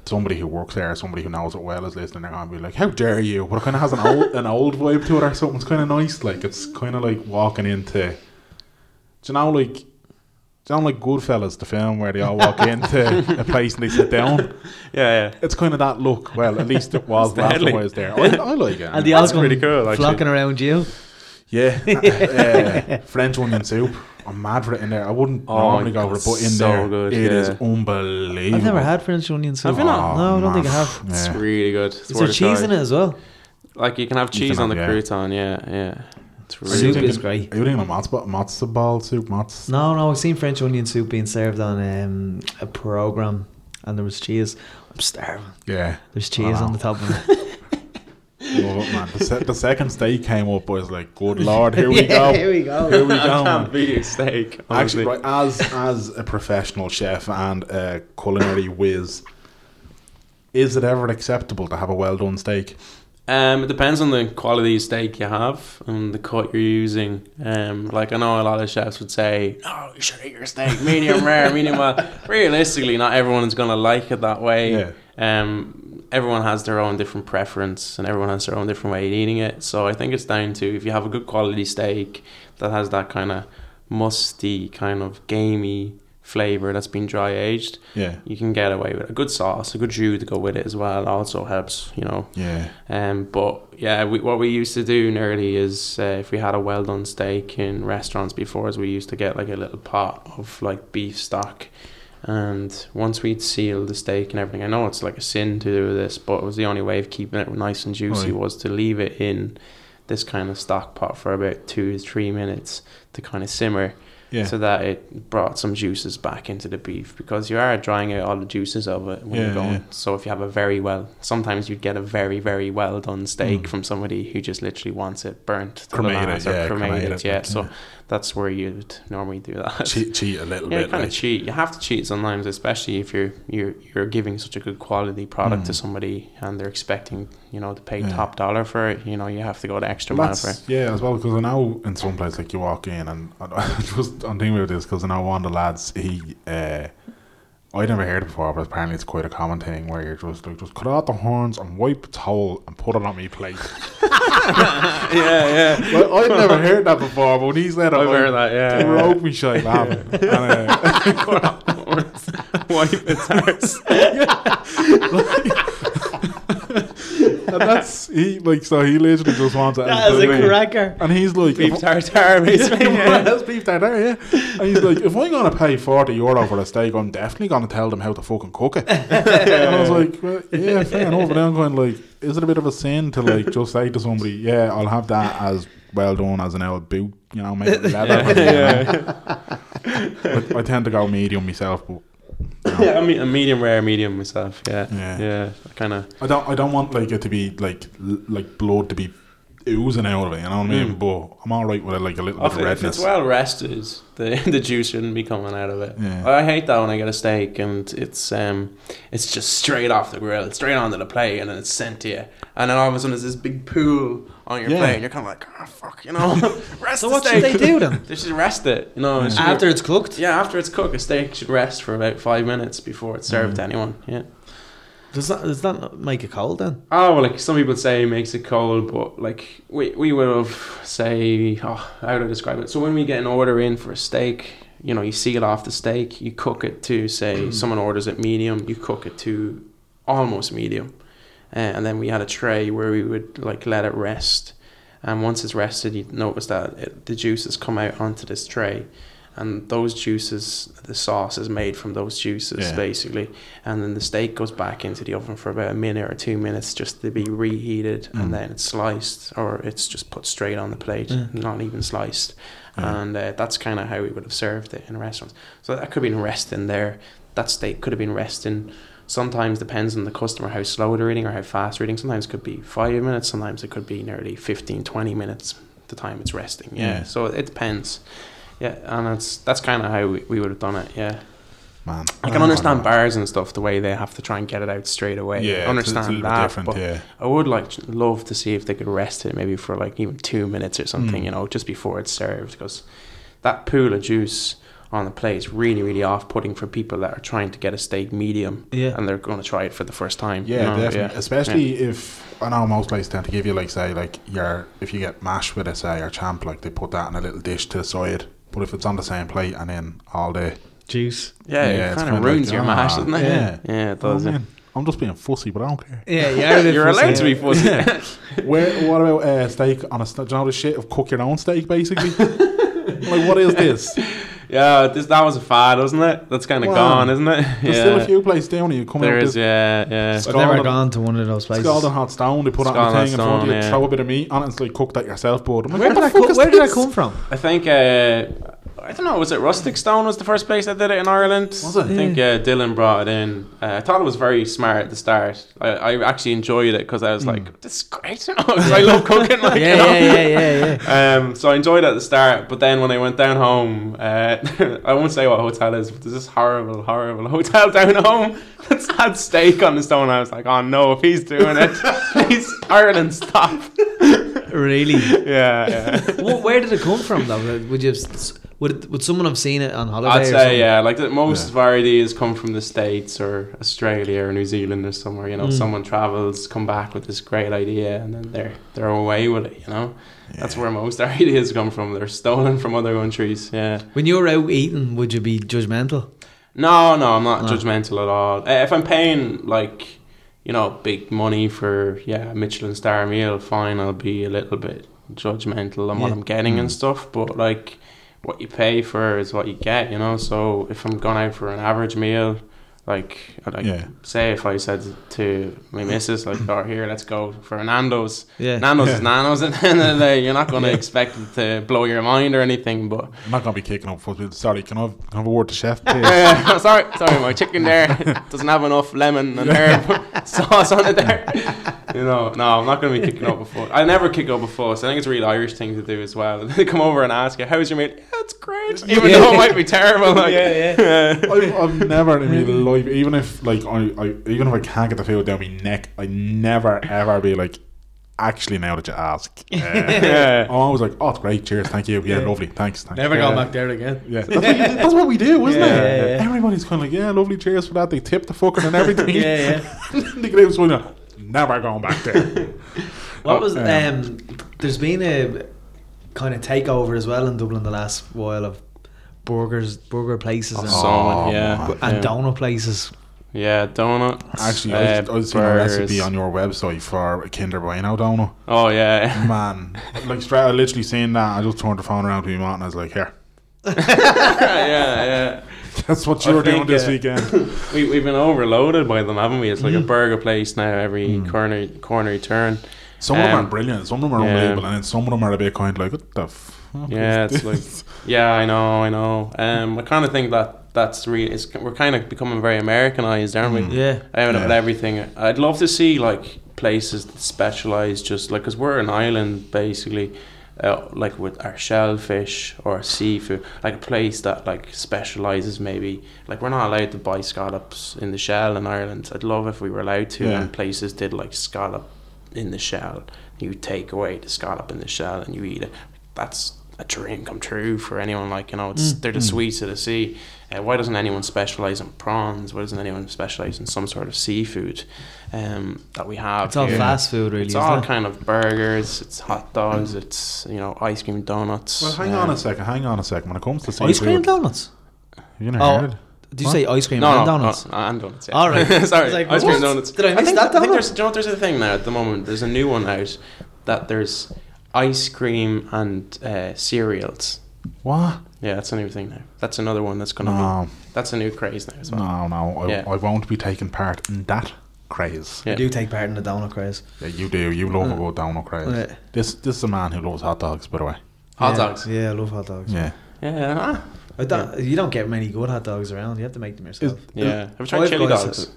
S1: somebody who works there, somebody who knows it well is listening. They're gonna be like, "How dare you?" But it kind of has an old an old vibe to it or something. It's kind of nice. Like it's kind of like walking into, do you know, like, do you know, like Goodfellas, the film where they all walk into a place and they sit down.
S3: Yeah, yeah.
S1: It's kind of that look. Well, at least it was
S3: the
S1: last time I
S3: headline.
S1: was there. I, I like it.
S2: And the
S3: That's
S2: Osgood
S3: pretty cool, actually.
S2: flocking around you.
S1: Yeah, uh, French onion soup. I'm mad for it in there. I wouldn't
S3: Oh
S1: normally
S3: my
S1: go for it,
S3: God,
S1: but in
S3: so
S1: there,
S3: good,
S1: it is
S3: yeah.
S1: unbelievable.
S2: I've never had French onion soup.
S3: Have you not?
S2: No, I
S1: man.
S2: don't think I have.
S3: It's
S1: Yeah.
S3: really good. It's
S2: Is there cheese in it as well?
S3: Like you can have
S1: You
S3: cheese
S1: can
S3: on the
S1: have- yeah.
S3: crouton, yeah, yeah. It's
S1: Are you
S2: Soup
S3: really
S1: thinking-
S2: is great.
S1: Are you thinking of matzo, matzo ball soup? Matzo?
S2: No, no. I've seen French onion soup being served on um, a program, and there was cheese. I'm starving.
S1: Yeah.
S2: There's cheese
S1: Oh,
S2: on
S1: no.
S2: the top of it.
S1: Love it, man. The, se- the second steak came up, I was like, good lord, here we
S2: Yeah,
S1: go.
S2: Here we go.
S1: Here we
S3: I
S1: go.
S3: can't
S1: man.
S3: beat a steak.
S1: Actually,
S3: Honestly.
S1: right, as as a professional chef and a culinary whiz, is it ever acceptable to have a well done steak?
S3: Um, it depends on the quality of steak you have and the cut you're using. Um, like I know a lot of chefs would say, "Oh, you should eat your steak medium rare, medium well." Realistically, not everyone's gonna like it that way.
S1: Yeah.
S3: Um, everyone has their own different preference and everyone has their own different way of eating it. So I think it's down to if you have a good quality steak that has that kind of musty, kind of gamey flavor that's been dry aged,
S1: Yeah.
S3: you can get away with it. a good sauce, a good jus to go with it as well. Also helps, you know.
S1: Yeah.
S3: Um, but yeah, we, what we used to do nearly is uh, if we had a well done steak in restaurants before, is we used to get like a little pot of like beef stock, and once we'd sealed the steak and everything, I know it's like a sin to do this, but it was the only way of keeping it nice and juicy
S1: Right.
S3: was to leave it in this kind of stock pot for about two to three minutes to kind of simmer
S1: Yeah.
S3: so that it brought some juices back into the beef because you are drying out all the juices of it when
S1: Yeah,
S3: you're going.
S1: yeah.
S3: So if you have a very well, sometimes you'd get a very very well done steak
S1: Mm.
S3: from somebody who just literally wants it burnt, to the
S1: Cremated,
S3: last or
S1: yeah,
S3: cremated,
S1: cremated,
S3: yeah.
S1: like, yeah.
S3: So that's where you'd normally do that.
S1: cheat, cheat a little
S3: Yeah, you
S1: bit.
S3: kind
S1: Like,
S3: of cheat. You have to cheat sometimes, especially if you're you're you're giving such a good quality product to
S1: Mm.
S3: somebody and they're expecting you know to pay
S1: Yeah.
S3: top dollar for it. You know you have to go the extra
S1: Well,
S3: mile for it.
S1: that's- Yeah, as well because I know in some places like you walk in and I just I'm thinking about this because I know one of the lads he uh, I'd never heard it before, but apparently it's quite a common thing where you're just like just cut out the horns and wipe the towel and put it on me plate.
S3: yeah, yeah.
S1: well, I've never heard that before, but when he's let it,
S3: I've heard that. Yeah.
S1: It broke me shy laughing. And, uh,
S3: Wipe its arse.
S1: and that's he like so he literally just wants it.
S2: That is a
S1: Absolutely.
S2: cracker.
S1: And he's like,
S3: Beef
S1: if-
S3: tartare, basically.
S1: yeah. That's beef tartare, yeah. And he's like, if I'm gonna pay forty euro for a steak, I'm definitely gonna tell them how to fucking cook it. and I was like, well, yeah, fair enough. And then I'm going like, is it a bit of a sin to like just say to somebody, yeah, I'll have that as well done as an old boot, you know, make it leather. But I tend to go medium myself, but
S3: yeah, I mean, a medium rare, medium myself. Yeah,
S1: Yeah.
S3: yeah, kind of.
S1: I don't. I don't want like it to be like l- like blood to be oozing out of it. You know what I mean?
S3: Mm.
S1: But I'm all right with it, like a little bit
S3: If,
S1: of
S3: it- if it's
S1: redness.
S3: well rested, the the juice shouldn't be coming out of it.
S1: Yeah.
S3: I hate that when I get a steak and it's um it's just straight off the grill, it's straight onto the plate, and then it's sent to you, and then all of a sudden there's this big pool on your
S1: Yeah.
S3: plate, and you're kind of like, oh fuck, you know, rest
S2: So
S3: the
S2: what should
S3: steak.
S2: they do then?
S3: They should rest it, you know. it should-
S2: After it's cooked,
S3: yeah, after it's cooked, a steak should rest for about five minutes before it's served to anyone. Yeah.
S2: does that does that make it cold then?
S3: Oh well, like some people say, it makes it cold, but like we we would have say, oh, how would I describe it? So when we get an order in for a steak, you know, you seal off the steak, you cook it to say someone orders it medium, you cook it to almost medium, uh, and then we had a tray where we would like let it rest, and once it's rested, you notice that it, the juices come out onto this tray. And those juices, the sauce is made from those juices,
S1: Yeah.
S3: basically and then the steak goes back into the oven for about a minute or two minutes just to be reheated
S1: Mm.
S3: and then it's sliced or it's just put straight on the plate
S2: Yeah.
S3: not even sliced
S1: Mm. Yeah.
S3: and uh, that's kind of how we would have served it in restaurants so that could have been resting there that steak could have been resting sometimes depends on the customer how slow they're eating or how fast they're eating sometimes it could be five minutes sometimes it could be nearly 15 20 minutes the time it's resting yeah,
S1: Yeah.
S3: so it depends yeah and that's that's kind of how we, we would have done it yeah
S1: Man,
S3: I can understand bars and stuff the way they have to try and get it out straight away.
S1: Yeah, it's-
S3: I understand
S1: it's a little bit
S3: that.
S1: different,
S3: but
S1: yeah.
S3: I would like love to see if they could rest it maybe for like even two minutes or something,
S1: Mm.
S3: you know, just before it's served because that pool of juice on the plate is really really off putting for people that are trying to get a steak medium
S2: Yeah.
S3: and they're going to try it for the first time. you
S1: Yeah,
S3: know,
S1: definitely. Especially if I know most places tend to give you like say like your if you get mash with it, say your champ, like they put that in a little dish to the side. But if it's on the same plate and then all day,
S2: Juice.
S3: Yeah,
S1: Yeah,
S3: it
S1: it's
S3: kind
S1: kinda
S3: of ruins
S1: like,
S3: your
S1: ah,
S3: mash, doesn't it?
S1: yeah.
S3: yeah, it does.
S1: Oh,
S3: yeah.
S1: man, I'm just being fussy, but I don't care.
S2: Yeah,
S3: You're allowed to be fussy.
S1: Where, what about uh, steak on a steak? Do you know the shit of cook your own steak, basically? like, what is this? There's
S3: yeah, this that was a fad, wasn't it? That's kind of
S1: Wow.
S3: gone, isn't it? yeah.
S1: still a few places down here. You come
S3: there
S1: out
S3: is,
S1: this
S3: yeah, yeah.
S2: I've never
S1: Scalding-
S2: gone to one of those places.
S1: scalding hot stone, they put it on the
S3: Scalding
S1: thing in front of
S3: stone,
S1: you,
S3: yeah.
S1: throw a bit of meat on it and like cook that yourself. But I'm like,
S2: Where
S1: what
S2: did,
S1: the
S2: I
S1: fuck
S2: co-
S1: is
S2: where did I
S1: this?
S2: come from?
S3: I think uh, I don't know. Was it Rustic Stone was the first place that did it in Ireland?
S1: Was it?
S3: I think uh, Dylan brought it in. Uh, I thought it was very smart at the start. I, I actually enjoyed it because I was like, "This is great! you know, 'cause I love cooking." Like,
S2: Hmm. Yeah,
S3: you know?
S2: yeah, yeah, yeah, yeah.
S3: Um, so I enjoyed it at the start, but then when I went down home, uh, I won't say what hotel it is, but there's this horrible, horrible hotel down home that's had steak on the stone. I was like, "Oh no! If he's doing it, please Ireland stop."
S2: Really?
S3: Yeah, yeah.
S2: well, where did it come from though? Would you have, would would someone have seen it on holiday?
S3: I'd
S2: or
S3: say
S2: something?
S3: yeah, like that most
S1: Yeah.
S3: varieties come from the states or Australia or New Zealand or somewhere. You know,
S2: Mm.
S3: someone travels, come back with this great idea, and then they're they're away with it. You know, that's where most ideas come from. They're stolen from other countries. Yeah.
S2: When you're out eating, would you be judgmental?
S3: No, no, I'm not
S2: No.
S3: judgmental at all. Eh, If I'm paying like, you know, big money for yeah a Michelin star meal, fine, I'll be a little bit judgmental on what
S2: Yeah.
S3: I'm getting and
S1: Mm.
S3: stuff. But like, what you pay for is what you get, you know. So if I'm going out for an average meal, like, I'd like
S1: Yeah.
S3: say if I said to my missus like, "Oh, here, let's go for a Nando's."
S2: Yeah.
S3: Nanos
S1: Yeah.
S3: is nanos, and then uh, you're not going to expect them to blow your mind or anything. But
S1: I'm not gonna be kicking up fuss. with- Sorry, can I have, can I have a word to chef, please?
S3: Uh, sorry, sorry, my chicken there doesn't have enough lemon and herb sauce on it there. You know, no, I'm not going to be kicking up a fuss. I never kick up a fuss. I think it's a real Irish thing to do as well. they come over and ask you, "How's your meal?" Yeah, it's great, even
S2: Yeah.
S3: though it might be terrible. Like,
S2: Yeah,
S1: I've, I've never in my life, even if like I, I, even if I can't get the food down my neck, I never ever be like, actually, now that you ask, uh,
S3: Yeah.
S1: I'm always like, oh, it's great, cheers, thank you, yeah, lovely, thanks, thanks.
S2: Never
S3: Yeah.
S2: going back there again.
S1: Yeah, that's what, you, that's what we do, isn't
S2: Yeah,
S1: it?
S2: yeah, yeah.
S1: Everybody's kind of like, yeah, lovely, cheers for that. They tip the fucker and everything.
S2: Yeah, yeah.
S1: they get out so like, never going back there.
S2: What was
S1: Um,
S2: um? There's been a kind of takeover as well in Dublin the last while of burgers, burger places, and,
S3: So many, yeah,
S1: Oh, man.
S2: and
S3: yeah.
S2: donut places.
S3: yeah, donut.
S1: Actually, I, was- I was seeing a
S3: burgers.
S1: recipe on your website for a Kinder Bueno donut.
S3: Oh yeah,
S1: Man, like straight, I literally seen that. I just turned the phone around to me, Martin. I was like, here,
S3: yeah, yeah.
S1: that's what
S3: I
S1: you were doing
S3: think,
S1: this
S3: uh,
S1: weekend.
S3: We we've been overloaded by them, haven't we? It's like
S1: Mm.
S3: a burger place now. Every corner corner you turn.
S1: Some of them
S3: Um,
S1: are brilliant, some of them are
S3: yeah.
S1: unbelievable, and then some of them are a bit kind of like, what the f?
S3: Yeah, it's like yeah, I know, I know. Um, I kind of think that that's really it's, we're kind of becoming very Americanized, aren't we?
S2: Mm. Yeah.
S3: Out of
S1: Yeah.
S3: everything, I'd love to see like places that specialize just like because we're an island basically. Uh, like with our shellfish or seafood, like a place that like specializes maybe like we're not allowed to buy scallops in the shell in Ireland. I'd love if we were allowed to,
S1: Yeah.
S3: and places did like scallop in the shell. You take away the scallop in the shell and you eat it. That's a dream come true for anyone. Like you know, it's
S2: Mm,
S3: they're the sweets of the sea. Uh, why doesn't anyone specialize in prawns? Why doesn't anyone specialize in some sort of seafood um, that we have?
S2: It's all
S3: here?
S2: fast food, really.
S3: It's
S2: isn't
S3: all
S2: it?
S3: kind of burgers. It's hot dogs. It's you know ice cream donuts.
S1: Well, hang
S3: um,
S1: on a second. Hang on a second. When it comes to seafood,
S2: ice cream donuts.
S1: you know,
S2: Oh.
S1: heard it.
S2: Did you
S1: What?
S2: say ice cream
S3: No,
S2: and
S3: no,
S2: donuts?
S3: no, and donuts. Yeah.
S2: All right.
S3: Sorry,
S2: It's like,
S3: ice cream
S2: what?
S3: donuts.
S2: Did I miss
S3: think,
S2: that
S3: I think
S2: donut?
S3: there's, do you know, what, there's a thing now at the moment. There's a new one out that there's ice cream and uh, cereals.
S1: What?
S3: Yeah, that's a new thing now. That's another one
S2: Mm-hmm.
S3: that's gonna.
S1: No,
S3: Be, that's a new craze now as well.
S1: no, no. I,
S3: Yeah.
S1: I won't be taking part in that craze.
S3: Yeah.
S2: I do take part in the donut craze.
S1: Yeah, you do. You love
S2: Mm.
S1: a good down craze.
S2: Yeah.
S1: This this is a man who loves hot dogs, by the way.
S3: Hot
S2: Yeah.
S3: dogs.
S2: Yeah, I love hot dogs.
S1: Yeah.
S3: Yeah. ah,
S2: I don't, You don't get many good hot dogs around. You have to make them yourself.
S3: Yeah. Have you tried
S2: Five
S3: chili
S2: Guys
S3: dogs?
S2: is-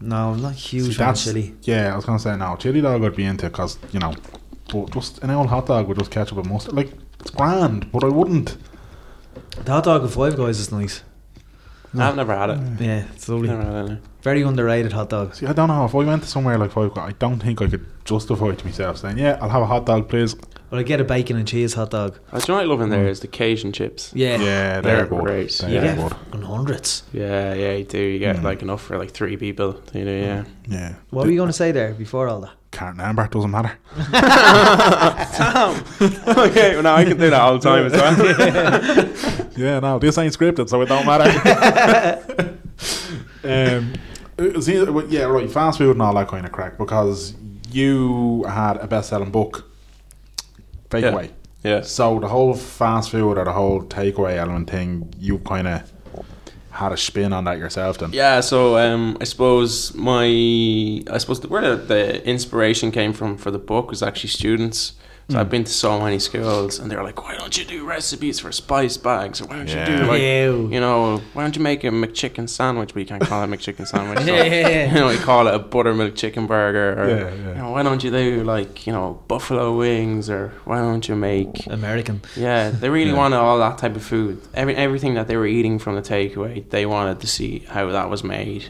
S2: no, I'm not huge
S1: See,
S2: on
S1: that's-
S2: chili.
S1: Yeah, I was gonna say no. Chili dog would be into because you know, but just an old hot dog with just ketchup and mustard, like it's grand, but I wouldn't.
S2: The hot dog at Five Guys is nice.
S3: I've never had it.
S2: Yeah, it's lovely.
S3: Never had it. no.
S2: Very underrated hot dog.
S1: See, I don't know if I went to somewhere like Five Guys, I don't think I could justify to myself saying, "Yeah, I'll have a hot dog, please."
S2: But I get a bacon and cheese hot dog.
S3: Oh, do you know what I love in there is the Cajun chips.
S2: Yeah.
S1: Yeah, they're
S3: They're
S1: good.
S3: great.
S1: They
S2: You
S1: are
S2: get
S1: good.
S2: fucking hundreds.
S3: Yeah, yeah, you do. You get
S1: Mm.
S3: like enough for like three people. You know,
S2: Mm.
S3: yeah.
S1: Yeah.
S2: What were you going to say there before all that?
S1: Can't remember. It doesn't matter.
S3: Damn. okay, well, now I can do that all the time as well.
S1: Yeah, no, this ain't scripted, so it don't matter. um, uh, see, uh, well, yeah, right. Fast food and all that kind of crack because you had a best-selling book,
S3: Yeah.
S1: Takeaway.
S3: Yeah.
S1: So the whole fast food or the whole takeaway element thing, you kind of had a spin on that yourself, then.
S3: Yeah, so um, I suppose my I suppose the, where the, the inspiration came from for the book was actually students. So
S1: Hmm.
S3: I've been to so many schools, and they're like, "Why don't you do recipes for spice bags? Or why don't you do
S1: Yeah.
S3: like,
S2: Ew.
S3: you know, why don't you make a McChicken sandwich? But you can't call it a McChicken sandwich. so, you
S2: Yeah.
S3: know, you call it a buttermilk chicken burger. Or,
S1: Yeah, yeah.
S3: You know, why don't you do like you know buffalo wings? Or why don't you make
S2: American.
S3: Yeah, they really
S1: Yeah.
S3: wanted all that type of food. Every, everything that they were eating from the takeaway, they wanted to see how that was made.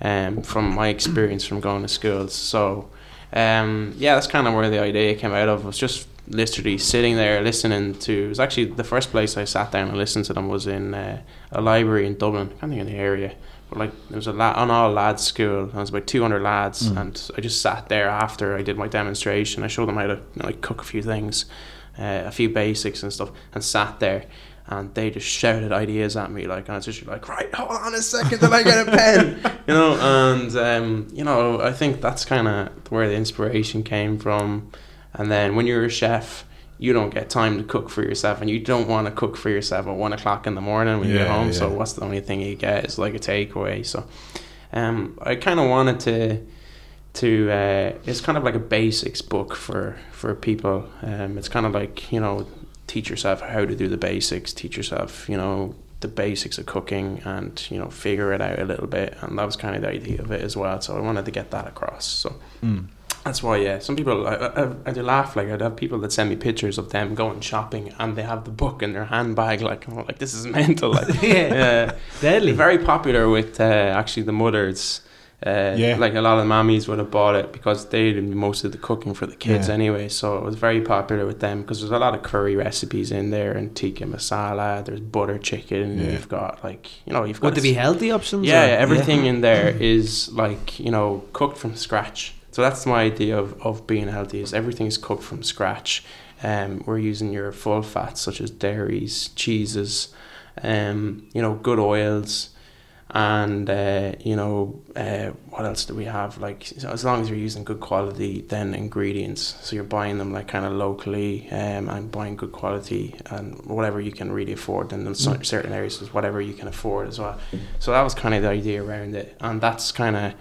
S3: Um, from my experience from going to schools, so um, yeah, that's kind of where the idea came out of. Was just literally sitting there listening to. It was actually the first place I sat down and listened to them was in uh, a library in Dublin. I can't think of the area, but like there was a la- an all lads school. And it was about two hundred lads, and I just sat there after I did my demonstration. I showed them how to you know, like cook a few things uh, a few basics and stuff and sat there and they just shouted ideas at me like and I was just like right hold on a second till I get a pen you know and um, you know I think that's kind of where the inspiration came from and then when you're a chef you don't get time to cook for yourself and you don't want to cook for yourself at one o'clock in the morning when you get
S1: Yeah,
S3: home so
S1: yeah.
S3: what's the only thing you get is like a takeaway so um, I kind of wanted to to uh, it's kind of like a basics book for for people. Um, it's kind of like you know teach yourself how to do the basics, teach yourself you know the basics of cooking, and you know figure it out a little bit. And that was kind of the idea of it as well. So I wanted to get that across. So.
S1: Mm.
S3: That's why, yeah. Some people, I, I, I do laugh. Like I'd have people that send me pictures of them going shopping, and they have the book in their handbag. Like, I'm like this is mental. Like,
S2: Yeah.
S3: yeah.
S2: Deadly.
S3: Very popular with uh, actually the mothers. Uh,
S1: Yeah.
S3: Like a lot of mummies would have bought it because they did most of the cooking for the kids
S1: Yeah.
S3: anyway. So it was very popular with them because there's a lot of curry recipes in there and tikka masala. There's butter chicken. and
S1: Yeah.
S3: You've got like you know you've
S2: Would
S3: got
S2: there
S3: this-
S2: be healthy options?
S3: yeah,
S2: or-
S3: yeah, everything in there is like you know cooked from scratch. So that's my idea of, of being healthy is everything is cooked from scratch. Um, we're using your full fats such as dairies, cheeses, um, you know, good oils, and uh, you know uh, what else do we have? Like so as long as you're using good quality, then ingredients. So you're buying them like kind of locally, um, and buying good quality and whatever you can really afford. And in cer- certain areas, is whatever you can afford as well. So that was kind of the idea around it, and that's kind of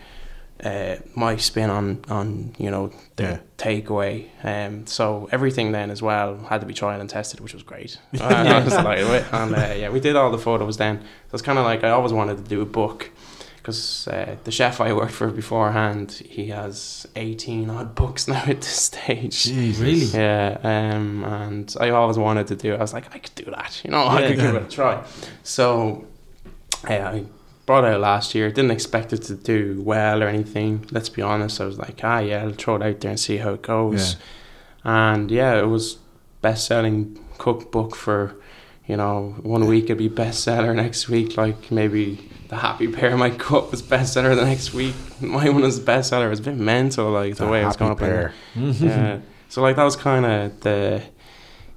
S3: uh, my spin on on you know the
S1: Yeah.
S3: takeaway. Um, so everything then as well had to be tried and tested, which was great. Uh, I was delighted with it. and uh, yeah, we did all the photos then. So it's kind of like I always wanted to do a book because uh, the chef I worked for beforehand, he has eighteen odd books now at this stage.
S1: Jesus.
S2: Really?
S3: Yeah, um, and I always wanted to do. it. I was like, I could do that. You know, I
S2: Yeah,
S3: could give
S2: yeah.
S3: it a try. So, yeah, I brought out last year. Didn't expect it to do well or anything. Let's be honest. I was like, ah, yeah, I'll throw it out there and see how it goes. And yeah, it was best-selling cookbook for, you know, one week it'd be bestseller. Next week, like maybe the Happy Pair my cup was bestseller. The next week, my one was bestseller. It was a bit mental, like the, way it was
S1: Happy
S3: going up. in
S1: pair.
S2: Mm-hmm.
S3: yeah. So like that was kind of the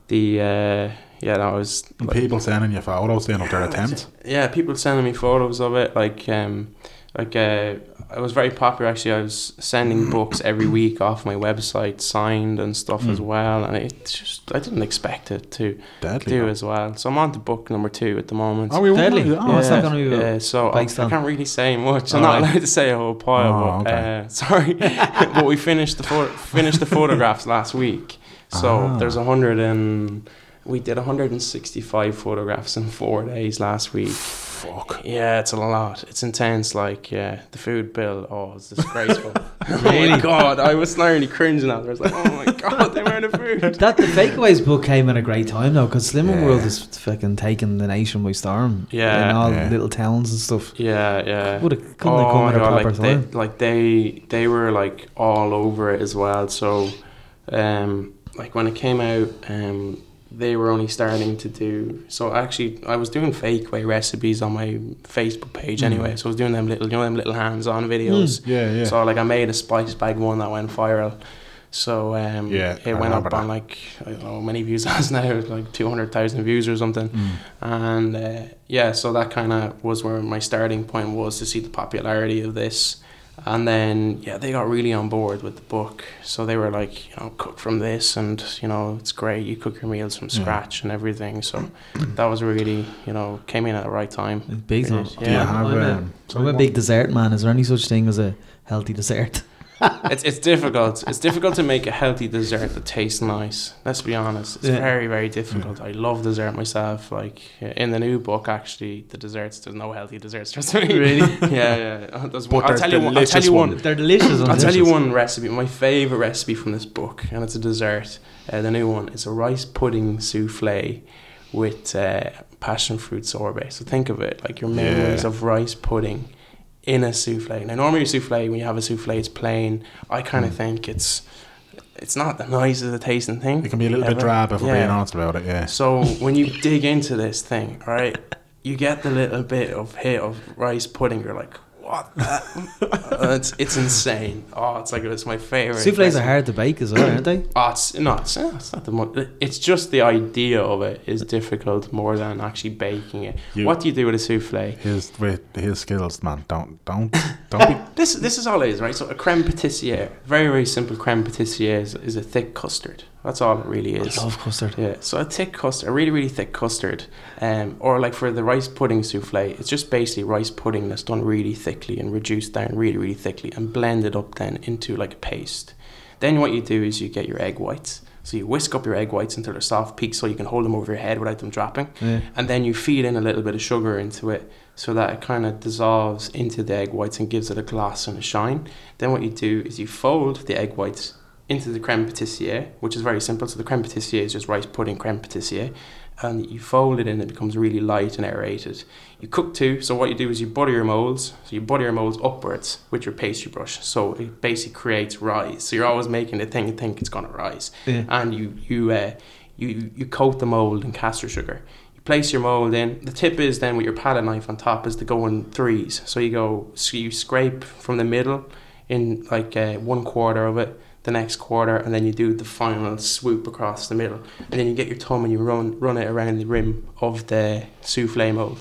S3: the uh, yeah that was
S1: And
S3: like,
S1: people sending you photos then of their attempt.
S3: yeah people sending me photos of it like um like uh, I was very popular actually I was sending books every week off my website signed and stuff as
S1: Mm.
S3: well and it just I didn't expect it to
S1: Deadly.
S3: do as well so I'm on to book number two at the moment.
S1: Are we
S2: Deadly.
S1: wondering-
S2: Oh, it's
S1: yeah.
S2: not going to be.
S3: Yeah, so I, I
S2: Pakistan.
S3: can't really say much. I'm
S1: All
S3: not
S1: right.
S3: allowed to say a whole pile.
S1: Oh,
S3: but,
S1: okay.
S3: uh, sorry, but we finished the pho- finished the photographs last week. So
S1: Ah.
S3: there's a hundred and we did 165 photographs in four days last week.
S1: Fuck.
S3: Yeah, it's a lot. It's intense. Like, yeah, the food bill. Oh, it's disgraceful. oh my
S2: Really?
S3: god, I was nearly cringing at it. I was like, oh my god, the amount of food.
S2: That the Fakeaways book came at a great time though, because Slimming
S1: Yeah.
S2: World is fucking taking the nation by storm.
S3: Yeah.
S2: in all
S1: Yeah.
S2: little towns and stuff.
S3: Yeah, yeah.
S2: Would have couldn't have come
S3: my
S2: at a
S3: God,
S2: proper
S3: Oh, like
S2: time.
S3: They, like they they were like all over it as well. So um like when it came out, um they were only starting to do so actually I was doing fake way recipes on my Facebook page
S2: Hmm.
S3: anyway. So I was doing them little you know them little hands on videos.
S1: Yeah, yeah.
S3: So like I made a spice bag one that went viral. So um,
S1: Yeah, I
S3: it went up
S1: remember
S3: on
S1: that.
S3: like I don't know how many views it has now, like two hundred thousand views or something.
S1: Mm.
S3: And uh, yeah, so that kind of was where my starting point was to see the popularity of this. And then yeah, they got really on board with the book. So they were like, you know, cook from this, and you know, it's great. You cook your meals from
S1: Yeah.
S3: scratch and everything. So that was really, you know, came in at the right time.
S2: Big time.
S3: Brilliant.
S1: Do you
S3: Yeah,
S1: have,
S2: I'm, a-
S1: um,
S2: I'm a big dessert man. Is there any such thing as a healthy dessert?
S3: it's, it's difficult. It's difficult to make a healthy dessert that tastes nice. Let's be honest. It's
S2: Yeah.
S3: very, very difficult. I love dessert myself. Like uh, in the new book, actually, the desserts, there's no healthy desserts. Trust me.
S2: Really?
S3: yeah, yeah. Uh, there's
S1: But
S3: one- I'll
S1: there's
S3: tell you one. I'll tell
S1: delicious
S3: you
S1: one.
S3: one.
S2: They're delicious.
S3: I'll
S2: aren't
S3: tell
S2: they?
S3: you one recipe. My favorite recipe from this book, and it's a dessert. Uh, the new one. It's a rice pudding souffle with uh, passion fruit sorbet. So think of it like your
S1: Yeah.
S3: memories of rice pudding in a souffle. Now, normally a souffle, when you have a souffle, it's plain. I kind
S1: Hmm.
S3: of think it's it's not the nicest of tasting thing.
S1: It can be a little bit
S3: ever.
S1: drab if we're
S3: Yeah.
S1: being honest about it, yeah.
S3: So when you dig into this thing, right, you get the little bit of hit of rice pudding. You're like, what? the-" Uh, it's it's insane. Oh, it's like it's my favorite.
S2: Souffles are
S3: recipe.
S2: hard to bake as well, aren't they?
S3: Oh, it's not. It's, it's not the. Mo- it's just the idea of it is difficult more than actually baking it.
S1: You-
S3: What do you do with a souffle?
S1: His with his skills, man. Don't don't don't be
S3: This this is all it is, right? So a creme patissiere, very very simple creme patissiere is, is a thick custard. That's all it really is.
S2: I love custard.
S3: Yeah, so a thick custard, a really, really thick custard, um, or like for the rice pudding souffle, it's just basically rice pudding that's done really thickly and reduced down really, really thickly and blended up then into like a paste. Then what you do is you get your egg whites. So you whisk up your egg whites until they're soft peaks so you can hold them over your head without them dropping.
S2: Yeah.
S3: And then you feed in a little bit of sugar into it so that it kind of dissolves into the egg whites and gives it a gloss and a shine. Then what you do is you fold the egg whites into the creme patissiere, which is very simple. So the creme patissiere is just rice pudding creme patissiere. And you fold it in, it becomes really light and aerated. You cook two, so what you do is you butter your molds. So you butter your molds upwards with your pastry brush. So it basically creates rise. So you're always making the thing and think it's going to rise
S2: Yeah.
S3: and you you uh, you you coat the mold in caster sugar. You place your mold in. The tip is then with your palette knife on top is to go in threes. So you go so you scrape from the middle in like uh, one quarter of it, the next quarter, and then you do the final swoop across the middle, and then you get your thumb and you run run it around the rim of the souffle mold.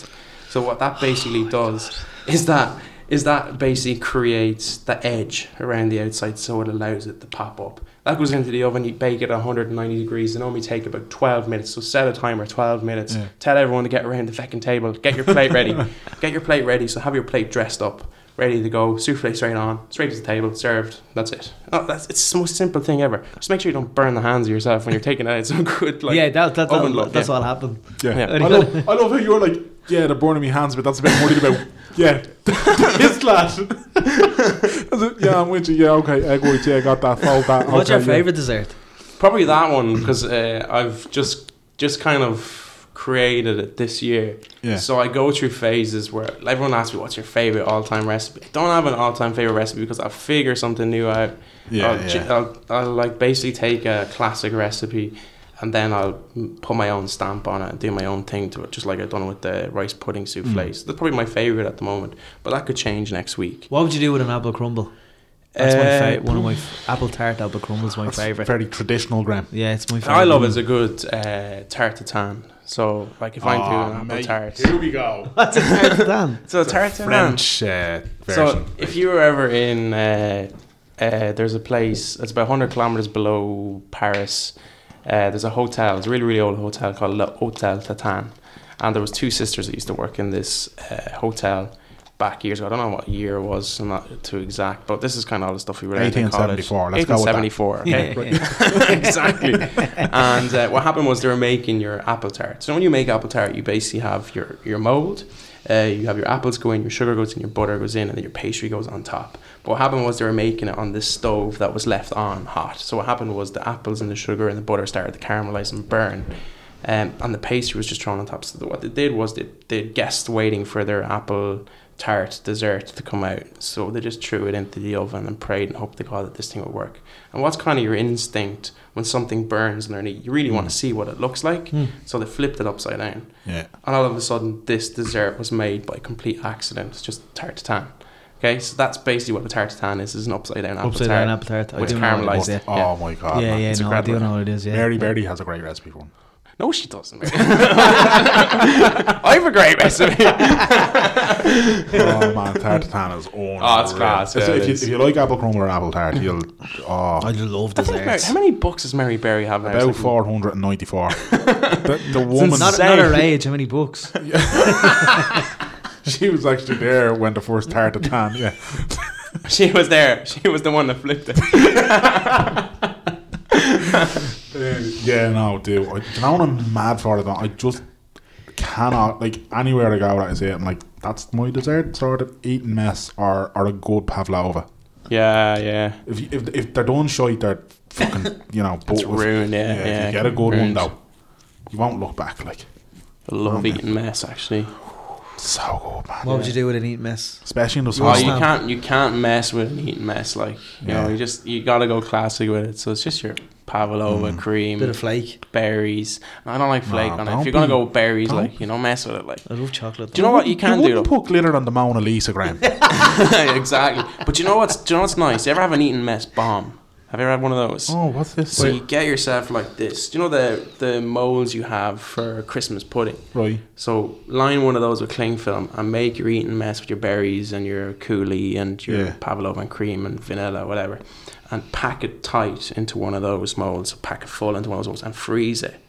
S3: So what that basically does is that is that basically creates the edge around the outside so it allows it to pop up. That goes into the oven, you bake it at 190 degrees and only take about 12 minutes. So set a timer, 12 minutes.
S1: Yeah.
S3: Tell everyone to get around the fucking table, get your plate ready. get your plate ready, so have your plate dressed up, ready to go, souffle straight on, straight to the table, served. That's it. Oh, that's it's the most simple thing ever. Just make sure you don't burn the hands of yourself when you're taking it out. It's a good like
S2: yeah, that, that,
S3: oven
S2: that,
S3: loaf,
S2: that's
S3: yeah.
S2: what happened.
S1: Yeah.
S3: Yeah.
S1: I love I love how you're like yeah, they're burning me hands, but that's a bit worried about. Yeah, this lad. I said, yeah, I'm with you. Yeah, okay, egg whites. Yeah, got that. Fold that.
S2: What's
S1: okay,
S2: your
S1: yeah.
S2: favourite dessert?
S3: Probably that one because uh, I've just just kind of created it this year.
S1: Yeah.
S3: So I go through phases where everyone asks me, "What's your favorite all-time recipe?" I don't have an all-time favorite recipe because I figure something new out.
S1: Yeah,
S3: I'll, ju-
S1: yeah.
S3: I'll, I'll like basically take a classic recipe, and then I'll m- put my own stamp on it and do my own thing to it, just like I've done with the rice pudding souffles.
S1: Mm.
S3: That's probably my favorite at the moment, but that could change next week.
S2: What would you do with an apple crumble? That's my
S3: Uh,
S2: fa- one of my f- apple tart apple crumble is my
S1: That's
S2: favourite.
S1: Very traditional, Graham.
S2: yeah, it's my favourite.
S3: I love is a good uh, tart tartan. So like if I'm
S1: Aw,
S3: doing apple
S1: Ah, mate,
S3: tart.
S1: Here we go.
S2: That's a tart Dan.
S3: So it's hard to
S1: French uh, version.
S3: So if you were ever in, uh, uh, there's a place. It's about 100 kilometers below Paris. Uh, there's a hotel. It's a really really old hotel called Le Hotel Tatan. And there was two sisters that used to work in this uh, hotel back years ago. I don't know what year it was. I'm not too exact. But this is kind of all the stuff we were learning in college.
S1: 1874, let's go with that.
S3: 1874. Okay.
S2: Yeah, yeah.
S3: exactly. and uh, what happened was they were making your apple tart. So when you make apple tart, you basically have your your mold. Uh, you have your apples go in, your sugar goes in, your butter goes in, and then your pastry goes on top. But what happened was they were making it on this stove that was left on hot. So what happened was the apples and the sugar and the butter started to caramelize and burn. Um, and the pastry was just thrown on top. So what they did was they they had guests waiting for their apple tart dessert to come out. So they just threw it into the oven and prayed and hoped to God that this thing would work. And what's kind of your instinct when something burns underneath? You really
S2: Hmm.
S3: want to see what it looks like. So they flipped it upside down.
S1: yeah.
S3: And all of a sudden, this dessert was made by complete accident. It's just tartatan. Okay, so that's basically what a tartatan is. is an upside down apple
S2: Upside
S3: tart.
S2: down apple tart. I
S3: with
S2: do know what it
S3: caramelized.
S2: is. Yeah,
S1: Oh
S3: Yeah.
S1: my god.
S2: yeah,
S1: man.
S2: yeah
S1: It's
S2: no, I
S1: incredible.
S2: do know what it is. Yeah.
S1: Mary Berry has a great recipe for him.
S3: No, she doesn't. I have a great recipe.
S1: oh man, tartatan is on.
S3: Oh, it's class, yeah,
S1: if,
S3: it
S1: you,
S3: is.
S1: if you like apple crumble or apple tart, you'll oh
S2: I love
S3: I think Mary,
S2: desserts.
S3: how many books does Mary Berry have now? It's
S1: about
S3: like-
S1: four hundred and ninety-four. the, the woman,
S2: Not,
S3: Insane.
S2: not her age. How many books?
S1: she was actually there when the first tartatan. Yeah,
S3: She was there. She was the one that flipped it.
S1: Uh, yeah, no, dude. I, you know what I'm mad for? Though I just cannot like anywhere I go. Right, I see it. I'm like, that's my dessert sort of eating mess or or a good pavlova.
S3: Yeah, yeah.
S1: If you- if if they're done shite, they're fucking you know.
S3: It's
S1: but with-
S3: ruined, yeah. yeah,
S1: if you get a good one
S3: ruined.
S1: though, you won't look back. Like
S3: I
S2: Oh,
S3: love
S1: man.
S3: eating mess, actually.
S1: so good, man.
S2: What would you do with an eat mess?
S1: Especially in the
S3: Oh,
S1: sauce.
S3: you
S2: snap.
S3: can't, you can't mess with an eating mess. Like you
S1: Yeah.
S3: know, you just you gotta go classic with it. So it's just your pavlova
S1: Mm.
S3: cream,
S2: Bit of flake.
S3: berries. And I don't like flake
S1: No,
S3: on it.
S1: don't
S3: If you're gonna
S1: be-
S3: go with berries,
S1: don't-
S3: like you know, mess with it. Like
S2: I love chocolate.
S3: Do you know what you can
S1: you
S3: do
S1: wouldn't put glitter on the Mona Lisa, Graham.
S3: exactly. But you know what's do you know what's nice? You ever have an eating mess bomb? Have you ever had one of those?
S1: oh, what's this?
S3: So you get yourself like this. Do you know the the molds you have for Christmas pudding?
S1: right.
S3: So line one of those with cling film and make your eating mess with your berries and your coulis and your
S1: Yeah.
S3: pavlova and cream and vanilla, whatever, and pack it tight into one of those molds. Pack it full into one of those molds and freeze it.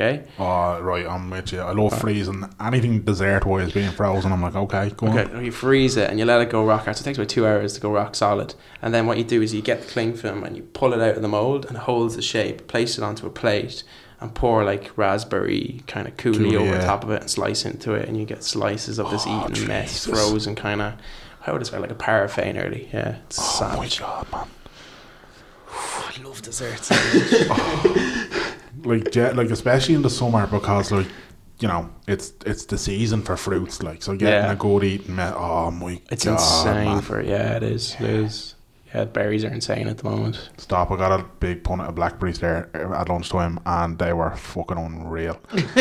S3: Okay.
S1: Oh, right, I'm with you. I love freezing anything dessert wise being frozen. I'm like, okay, go on.
S3: Okay, you freeze it and you let it go rock hard. So it takes about two hours to go rock solid. And then what you do is you get the cling film and you pull it out of the mold and it holds the shape, place it onto a plate, and pour like raspberry kind of coulis
S1: Coulis,
S3: over
S1: yeah.
S3: top of it and slice into it. And you get slices of this
S1: Oh,
S3: eaten mess,
S1: Jesus.
S3: frozen kind of. How would I say like a paraffin early? Yeah, it's
S1: Oh my
S3: savage.
S1: god, man!
S2: I love desserts.
S1: Like, ja- like especially in the summer because, like, you know, it's it's the season for fruits. Like, so getting
S3: Yeah.
S1: a good eating, me- oh my
S3: It's
S1: god,
S3: insane
S1: man.
S3: for yeah, it is. It is. Yeah, berries are insane at the moment.
S1: Stop! I got a big punnet of blackberries there uh, at lunchtime, and they were fucking unreal. like,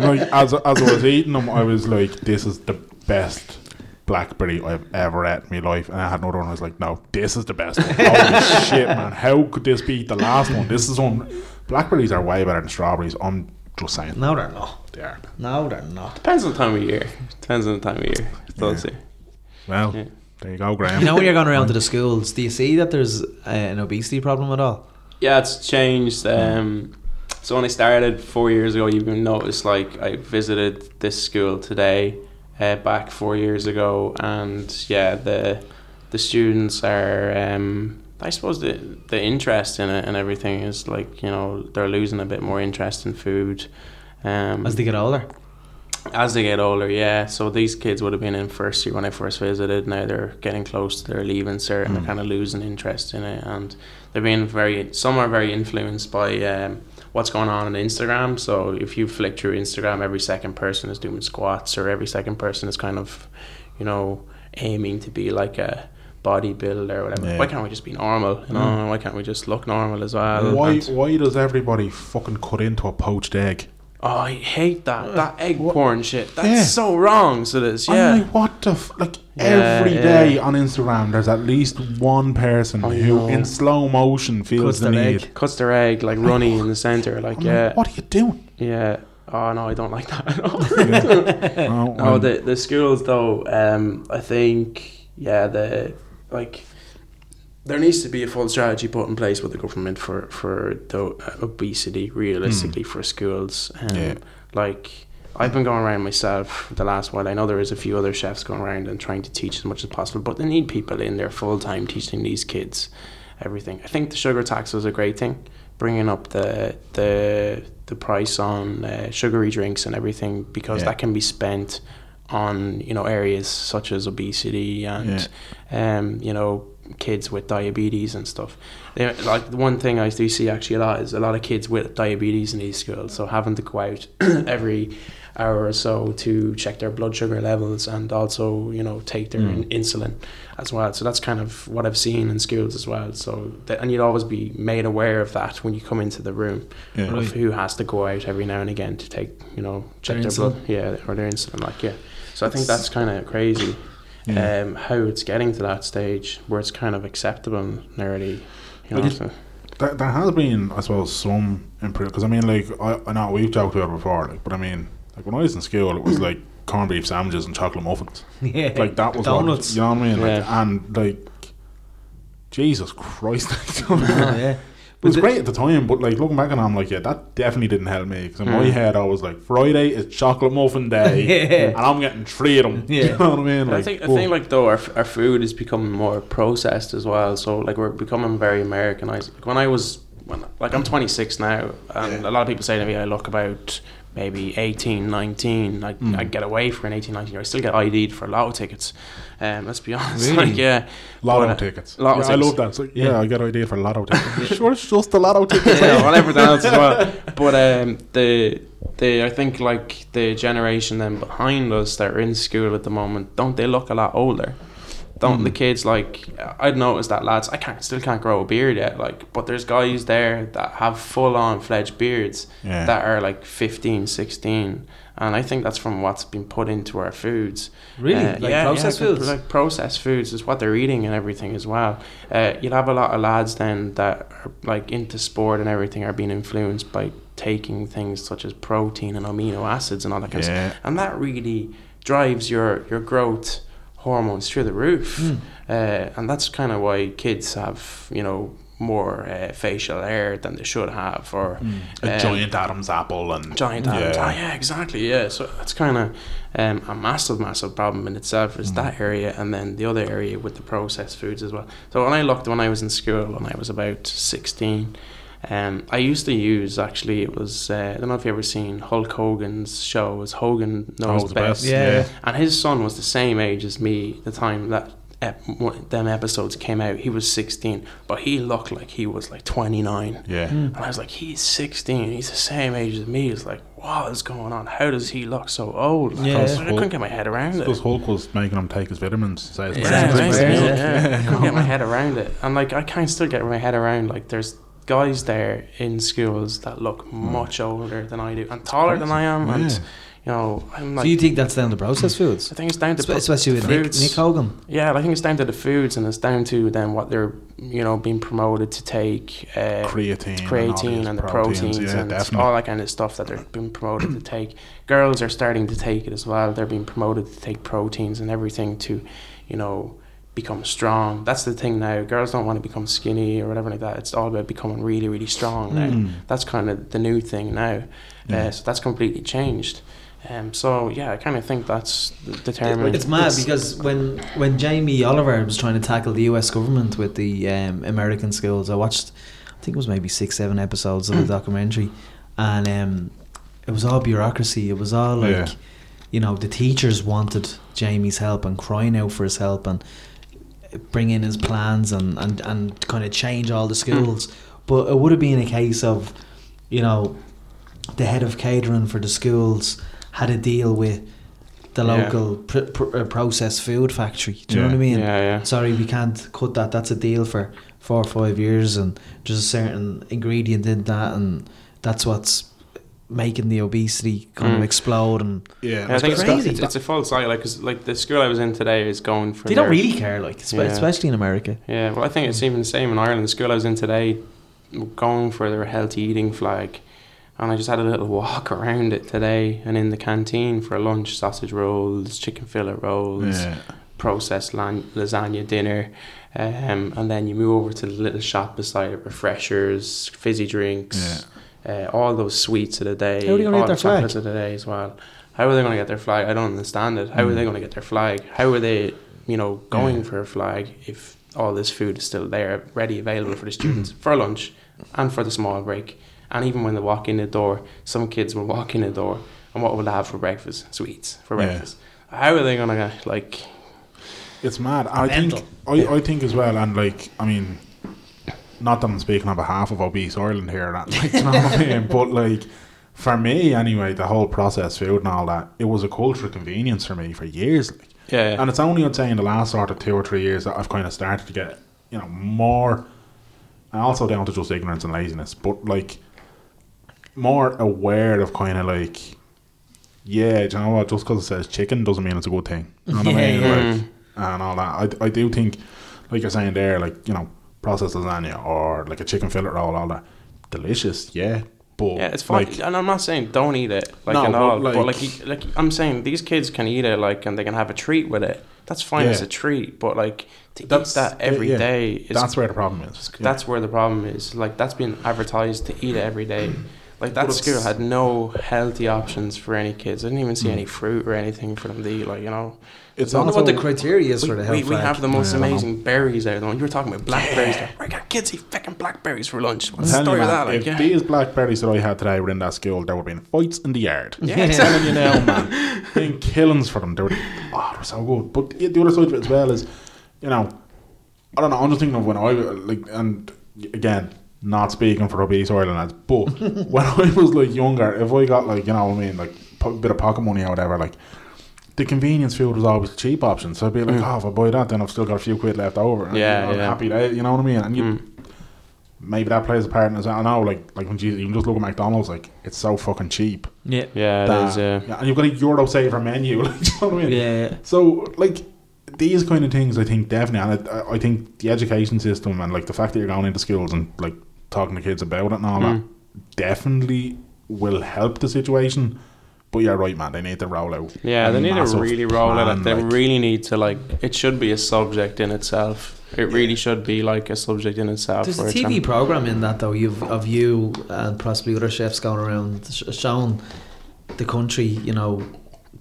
S1: like, as as I was eating them, I was like, "This is the best blackberry I've ever had in my life." And I had another one. I was like, "No, this is the best." One. Holy shit, man! How could this be the last one? This is on. Blackberries are way better than strawberries. I'm just saying.
S2: no, they're not.
S1: They are.
S2: No, they're not.
S3: Depends on the time of year. Depends on the time of year. Those two.
S1: Well,
S3: Yeah.
S1: there you go, Graham.
S2: You know when you're going around to the schools, do you see that there's uh, an obesity problem at all?
S3: Yeah, it's changed. Um, so when I started four years ago, you even noticed like I visited this school today, uh, back four years ago, and yeah, the the students are. Um, I suppose the the interest in it and everything is like you know they're losing a bit more interest in food. Um,
S2: As they get older,
S3: As they get older, yeah. So these kids would have been in first year when I first visited. Now they're getting close to their leaving cert and they're
S1: Mm.
S3: kind of losing interest in it. And they're being very, some are very influenced by um, what's going on on Instagram. So if you flick through Instagram, every second person is doing squats or every second person is kind of, you know, aiming to be like a bodybuilder or whatever.
S1: Yeah. Mm.
S3: Why can't we just be normal? You know, why can't we just look normal as well?
S1: Why,
S3: And-
S1: why does everybody fucking cut into a poached egg?
S3: Oh, I hate that. That egg porn shit. That's
S1: Yeah.
S3: so wrong. So this,
S1: I'm
S3: yeah.
S1: like, what the f- like
S3: Yeah,
S1: every
S3: yeah.
S1: day on Instagram there's at least one person
S3: I
S1: who
S3: know.
S1: in slow motion
S2: Cuts
S1: feels the
S2: their
S1: need.
S2: egg.
S3: Cuts their egg like runny in the center. Like
S1: I'm
S3: yeah,
S1: Like, what are you doing?
S3: yeah. Oh no, I don't like that at all.
S1: Oh,
S3: No, the the schools though. Um, I think yeah, the like there needs to be a full strategy put in place with the government for for the uh, obesity realistically for schools. Um,
S1: Yeah.
S3: Like I've been going around myself the last while. I know there is a few other chefs going around and trying to teach as much as possible, but they need people in there full time teaching these kids everything. I think the sugar tax was a great thing, bringing up the the the price on uh, sugary drinks and everything because
S1: Yeah.
S3: that can be spent on you know areas such as obesity and um, you know kids with diabetes and stuff. They, like the one thing I do see actually a lot is a lot of kids with diabetes in these schools, so having to go out every hour or so to check their blood sugar levels and also you know take their
S1: Mm.
S3: in- insulin as well. So that's kind of what I've seen in schools as well. So that, and you'd always be made aware of that when you come into the room
S1: Yeah.
S3: of who has to go out every now and again to take you know check
S2: Their
S3: their,
S2: insulin.
S3: blood, yeah, or their insulin. Like yeah, so I think
S2: It's-
S3: that's kind of crazy.
S1: Yeah.
S3: Um, how it's getting to that stage where it's kind of acceptable nearly. You
S1: But
S3: know,
S1: it-
S3: so-
S1: there, there has been, I suppose, some improvement. Because I mean, like I, I know we've talked about it before, like, but I mean, like when I was in school, it
S3: Mm.
S1: was like corned beef sandwiches and chocolate muffins.
S2: yeah.
S1: Like that was
S2: donuts.
S1: What, you know what I mean? Like,
S3: Yeah.
S1: And like, Jesus Christ!
S2: Oh, yeah.
S1: It
S2: But
S1: was
S2: the-
S1: great at the time, but like looking back on it, I'm like, yeah, that definitely didn't help me because in my
S3: Mm.
S1: head I was like, Friday is chocolate muffin day,
S2: Yeah.
S1: and I'm getting three of them.
S2: Yeah.
S1: You know what I mean?
S3: I think I
S1: whoa.
S3: think like though our, our food is becoming more processed as well. So like we're becoming very Americanized. Like when I was when like I'm 26 now, and
S1: Yeah.
S3: a lot of people say to me I look about maybe 18, 19. Like
S1: Mm.
S3: I get away for an 18, 19 year. I still get ID'd for lotto tickets. Um, let's be honest.
S2: Really?
S3: Like yeah,
S1: lotto
S3: But, uh,
S1: tickets.
S3: lotto
S1: yeah, I
S3: tickets.
S1: love that. So, yeah,
S2: Yeah.
S1: I got an idea for lotto tickets. sure, it's just the lotto tickets.
S3: yeah, well, everything else as well. But um, the the I think like the generation then behind us that are in school at the moment, don't they look a lot older? Don't the kids like? I'd noticed that lads. I can't still can't grow a beard yet. Like, but there's guys there that have full on fledged beards
S1: Yeah.
S3: that are like 15, 16. and I think that's from what's been put into our foods.
S2: Really?
S3: Uh,
S2: Like processed foods?
S3: Like processed foods is what they're eating and everything as well. Uh, you'll have a lot of lads then that are like into sport and everything are being influenced by taking things such as protein and amino acids and all that kind of
S1: Yeah.
S3: stuff. And that really drives your, your growth hormones through the roof. Uh, and that's kind of why kids have, you know, more uh, facial hair than they should have or
S1: A
S3: um,
S1: giant Adam's apple and
S3: giant
S1: yeah.
S3: atoms. Ah, yeah, exactly. Yeah, so that's kind of um, a massive, massive problem in itself.
S1: Mm.
S3: Is that area, and then the other area with the processed foods as well. So when I looked when I was in school, when I was about sixteen, um, I used to use actually it was uh, I don't know if you ever seen Hulk Hogan's show. It was Hogan knows
S1: Oh, the
S3: best.
S1: best.
S2: Yeah.
S1: yeah.
S3: And his son was the same age as me the time that ep- one- them episodes came out. He was 16, but he looked like he was like 29.
S1: Yeah.
S3: And I was like, he's 16. He's the same age as me. It's like, what is going on? How does he look so old? Like, I, was
S2: Yeah.
S3: like, I couldn't get my head around it.
S1: Because Hulk was making him take his vitamins. Say his
S3: Mm. Yeah,
S2: It's
S1: vitamins.
S2: amazing,
S3: amazing,
S2: yeah.
S3: yeah. I couldn't get my head around it. And like I can't still get my head around like there's guys there in schools that look
S2: Hmm.
S3: much older than I do and taller than I am Um, and uh,
S1: Yeah.
S3: you know, I'm like
S2: do you think that's down to processed foods?
S3: I think it's down to
S2: Espe- Especially with Nick,
S3: foods.
S2: Nick Hogan.
S3: Yeah, I think it's down to the foods and it's down to then what they're you know being promoted to take uh,
S1: Creatine,
S3: creatine and,
S1: all these
S3: the proteins,
S1: Yeah,
S3: and
S1: definitely.
S3: all that kind of stuff that they're being promoted to take. Girls are starting to take it as well. They're being promoted to take proteins and everything to, you know, become strong. That's the thing now. Girls don't want to become skinny or whatever like that. It's all about becoming really, really strong now.
S1: Mm.
S3: That's kind of the new thing now.
S1: Yeah.
S3: Uh, so that's completely changed. Um, so yeah, I kind of think that's determined.
S2: It's mad because when when Jamie Oliver was trying to tackle the U.S. government with the um, American schools, I watched, I think it was maybe six, seven episodes of the documentary, and um, it was all bureaucracy. It was all like
S1: Yeah.
S2: you know, the teachers wanted Jamie's help and crying out for his help and bring in his plans and, and, and kind of change all the schools. But it would have been a case of, you know, the head of catering for the schools had a deal with the
S3: Yeah.
S2: local pr- pr- uh, processed food factory. Do you know what I
S1: Yeah.
S2: mean?
S3: Yeah, yeah.
S2: sorry, we can't cut that. That's a deal for four or five years, and there's a certain ingredient in that, and that's what's making the obesity kind of
S3: Mm.
S2: explode. And
S1: Yeah,
S3: Yeah, I think it's,
S2: crazy.
S3: It's, it's a full cycle because like the school I was in today is going for.
S2: they don't
S3: their-
S2: really care, like espe-
S3: Yeah.
S2: especially in America.
S3: Yeah, well, I think it's even the same in Ireland. The school I was in today, were going for their healthy eating flag, and I just had a little walk around it today and in the canteen for lunch, sausage rolls, chicken fillet rolls,
S1: Yeah.
S3: processed lan- lasagna dinner, um, and then you move over to the little shop beside it, refreshers, fizzy drinks, uh, all those sweets of the day,
S2: How are they gonna
S3: all
S2: get their
S3: the chocolates of the day as well. How are they going to get their flag? I don't understand it. How are
S1: Mm.
S3: they going to get their flag? How are they, you know, going
S1: Yeah.
S3: for a flag if all this food is still there, ready, available for the students for lunch and for the small break? And even when they walk in the door, some kids will walk in the door, and what will they have for breakfast? Sweets for
S1: Yeah.
S3: breakfast. How are they gonna like?
S1: It's mad. I
S2: Mental.
S1: think I, I think as well, and like I mean, not that I'm speaking on behalf of obese Ireland here, or that, like, you know what I mean? But like for me, anyway, the whole processed food and all that, it was a cultural convenience for me for years. Like.
S3: Yeah, yeah.
S1: And it's only I'd say in the last sort of two or three years that I've kind of started to get you know more, and also down to just ignorance and laziness, but like more aware of kind of like. Yeah, do you know what? Just because it says chicken doesn't mean it's a good thing. You know what
S2: Yeah,
S1: I mean?
S2: yeah.
S1: Like,
S3: Mm.
S1: and all that. I, I do think, like you're saying there, like, you know, processed lasagna or like a chicken fillet roll, all that. Delicious, yeah. But,
S3: Yeah, it's fine.
S1: Like,
S3: and I'm not saying don't eat it, like
S1: No,
S3: at
S1: but
S3: all. But
S1: like-
S3: like, you- like, I'm saying these kids can eat it, like, and they can have a treat with it. That's fine
S1: Yeah.
S3: as a treat, but like to
S1: That's-
S3: eat that every
S1: yeah,
S3: day is that's,
S1: that's where the problem is. Yeah.
S3: where the problem is. Like that's been advertised to eat it every day. Like that
S1: But
S3: school
S1: it's- Hmm.
S3: had no healthy options for any kids. I didn't even see any fruit or anything for them to eat. Like you know,
S1: it's
S2: I wonder
S1: also,
S2: what the criteria is
S3: we,
S2: for the
S3: we,
S2: health
S3: we have the most
S1: Yeah, I don't
S3: amazing berries out there. You were talking about blackberries. Like, I got kids eat fucking blackberries for lunch. What's the
S1: Tell you,
S3: story of
S1: man,
S3: that? Like,
S1: if
S3: yeah.
S1: these blackberries that I had today were in that school, there would have been fights in the yard.
S3: Yeah,
S2: Yeah.
S3: exactly.
S1: telling you now, man. Being killings for them. They were, oh, they were so good. But the the other side of it as well is, you know, I don't know. I'm just thinking of when I like, and again, not speaking for obese Ireland lads, but when I was like younger, if I got like, you know, what I mean, like a bit of pocket money or whatever, like. The convenience food was always the cheap option, so I'd be like, "Oh, if I buy that, then I've still got a few quid left over." And,
S3: Mm. Yeah,
S1: you know, I'm
S3: yeah.
S1: happy day. You know what I mean? And you,
S3: Mm.
S1: maybe that plays a part in it. as well. I know, like, like when you, you can just look at McDonald's, like it's so fucking cheap
S2: Yeah.
S3: Yeah, it
S1: that.
S3: is, uh, yeah.
S1: yeah, and you've got a Euro saver menu. Like, do you know what I mean?
S2: Yeah.
S1: So like these kind of things, I think definitely, and I, I think the education system and like the fact that you're going into schools and like talking to kids about it and all
S3: Mm.
S1: that definitely will help the situation. But you're right, man. They need to roll out.
S3: Yeah,
S1: a
S3: they need to
S1: massive
S3: really roll it.
S1: plan,
S3: out. They
S1: like-
S3: really need to like. It should be a subject in itself. It really should be like a subject in itself.
S2: There's a
S3: where it's
S2: TV
S3: on-
S2: program in that though. You've of you and possibly other chefs going around sh- showing the country, you know,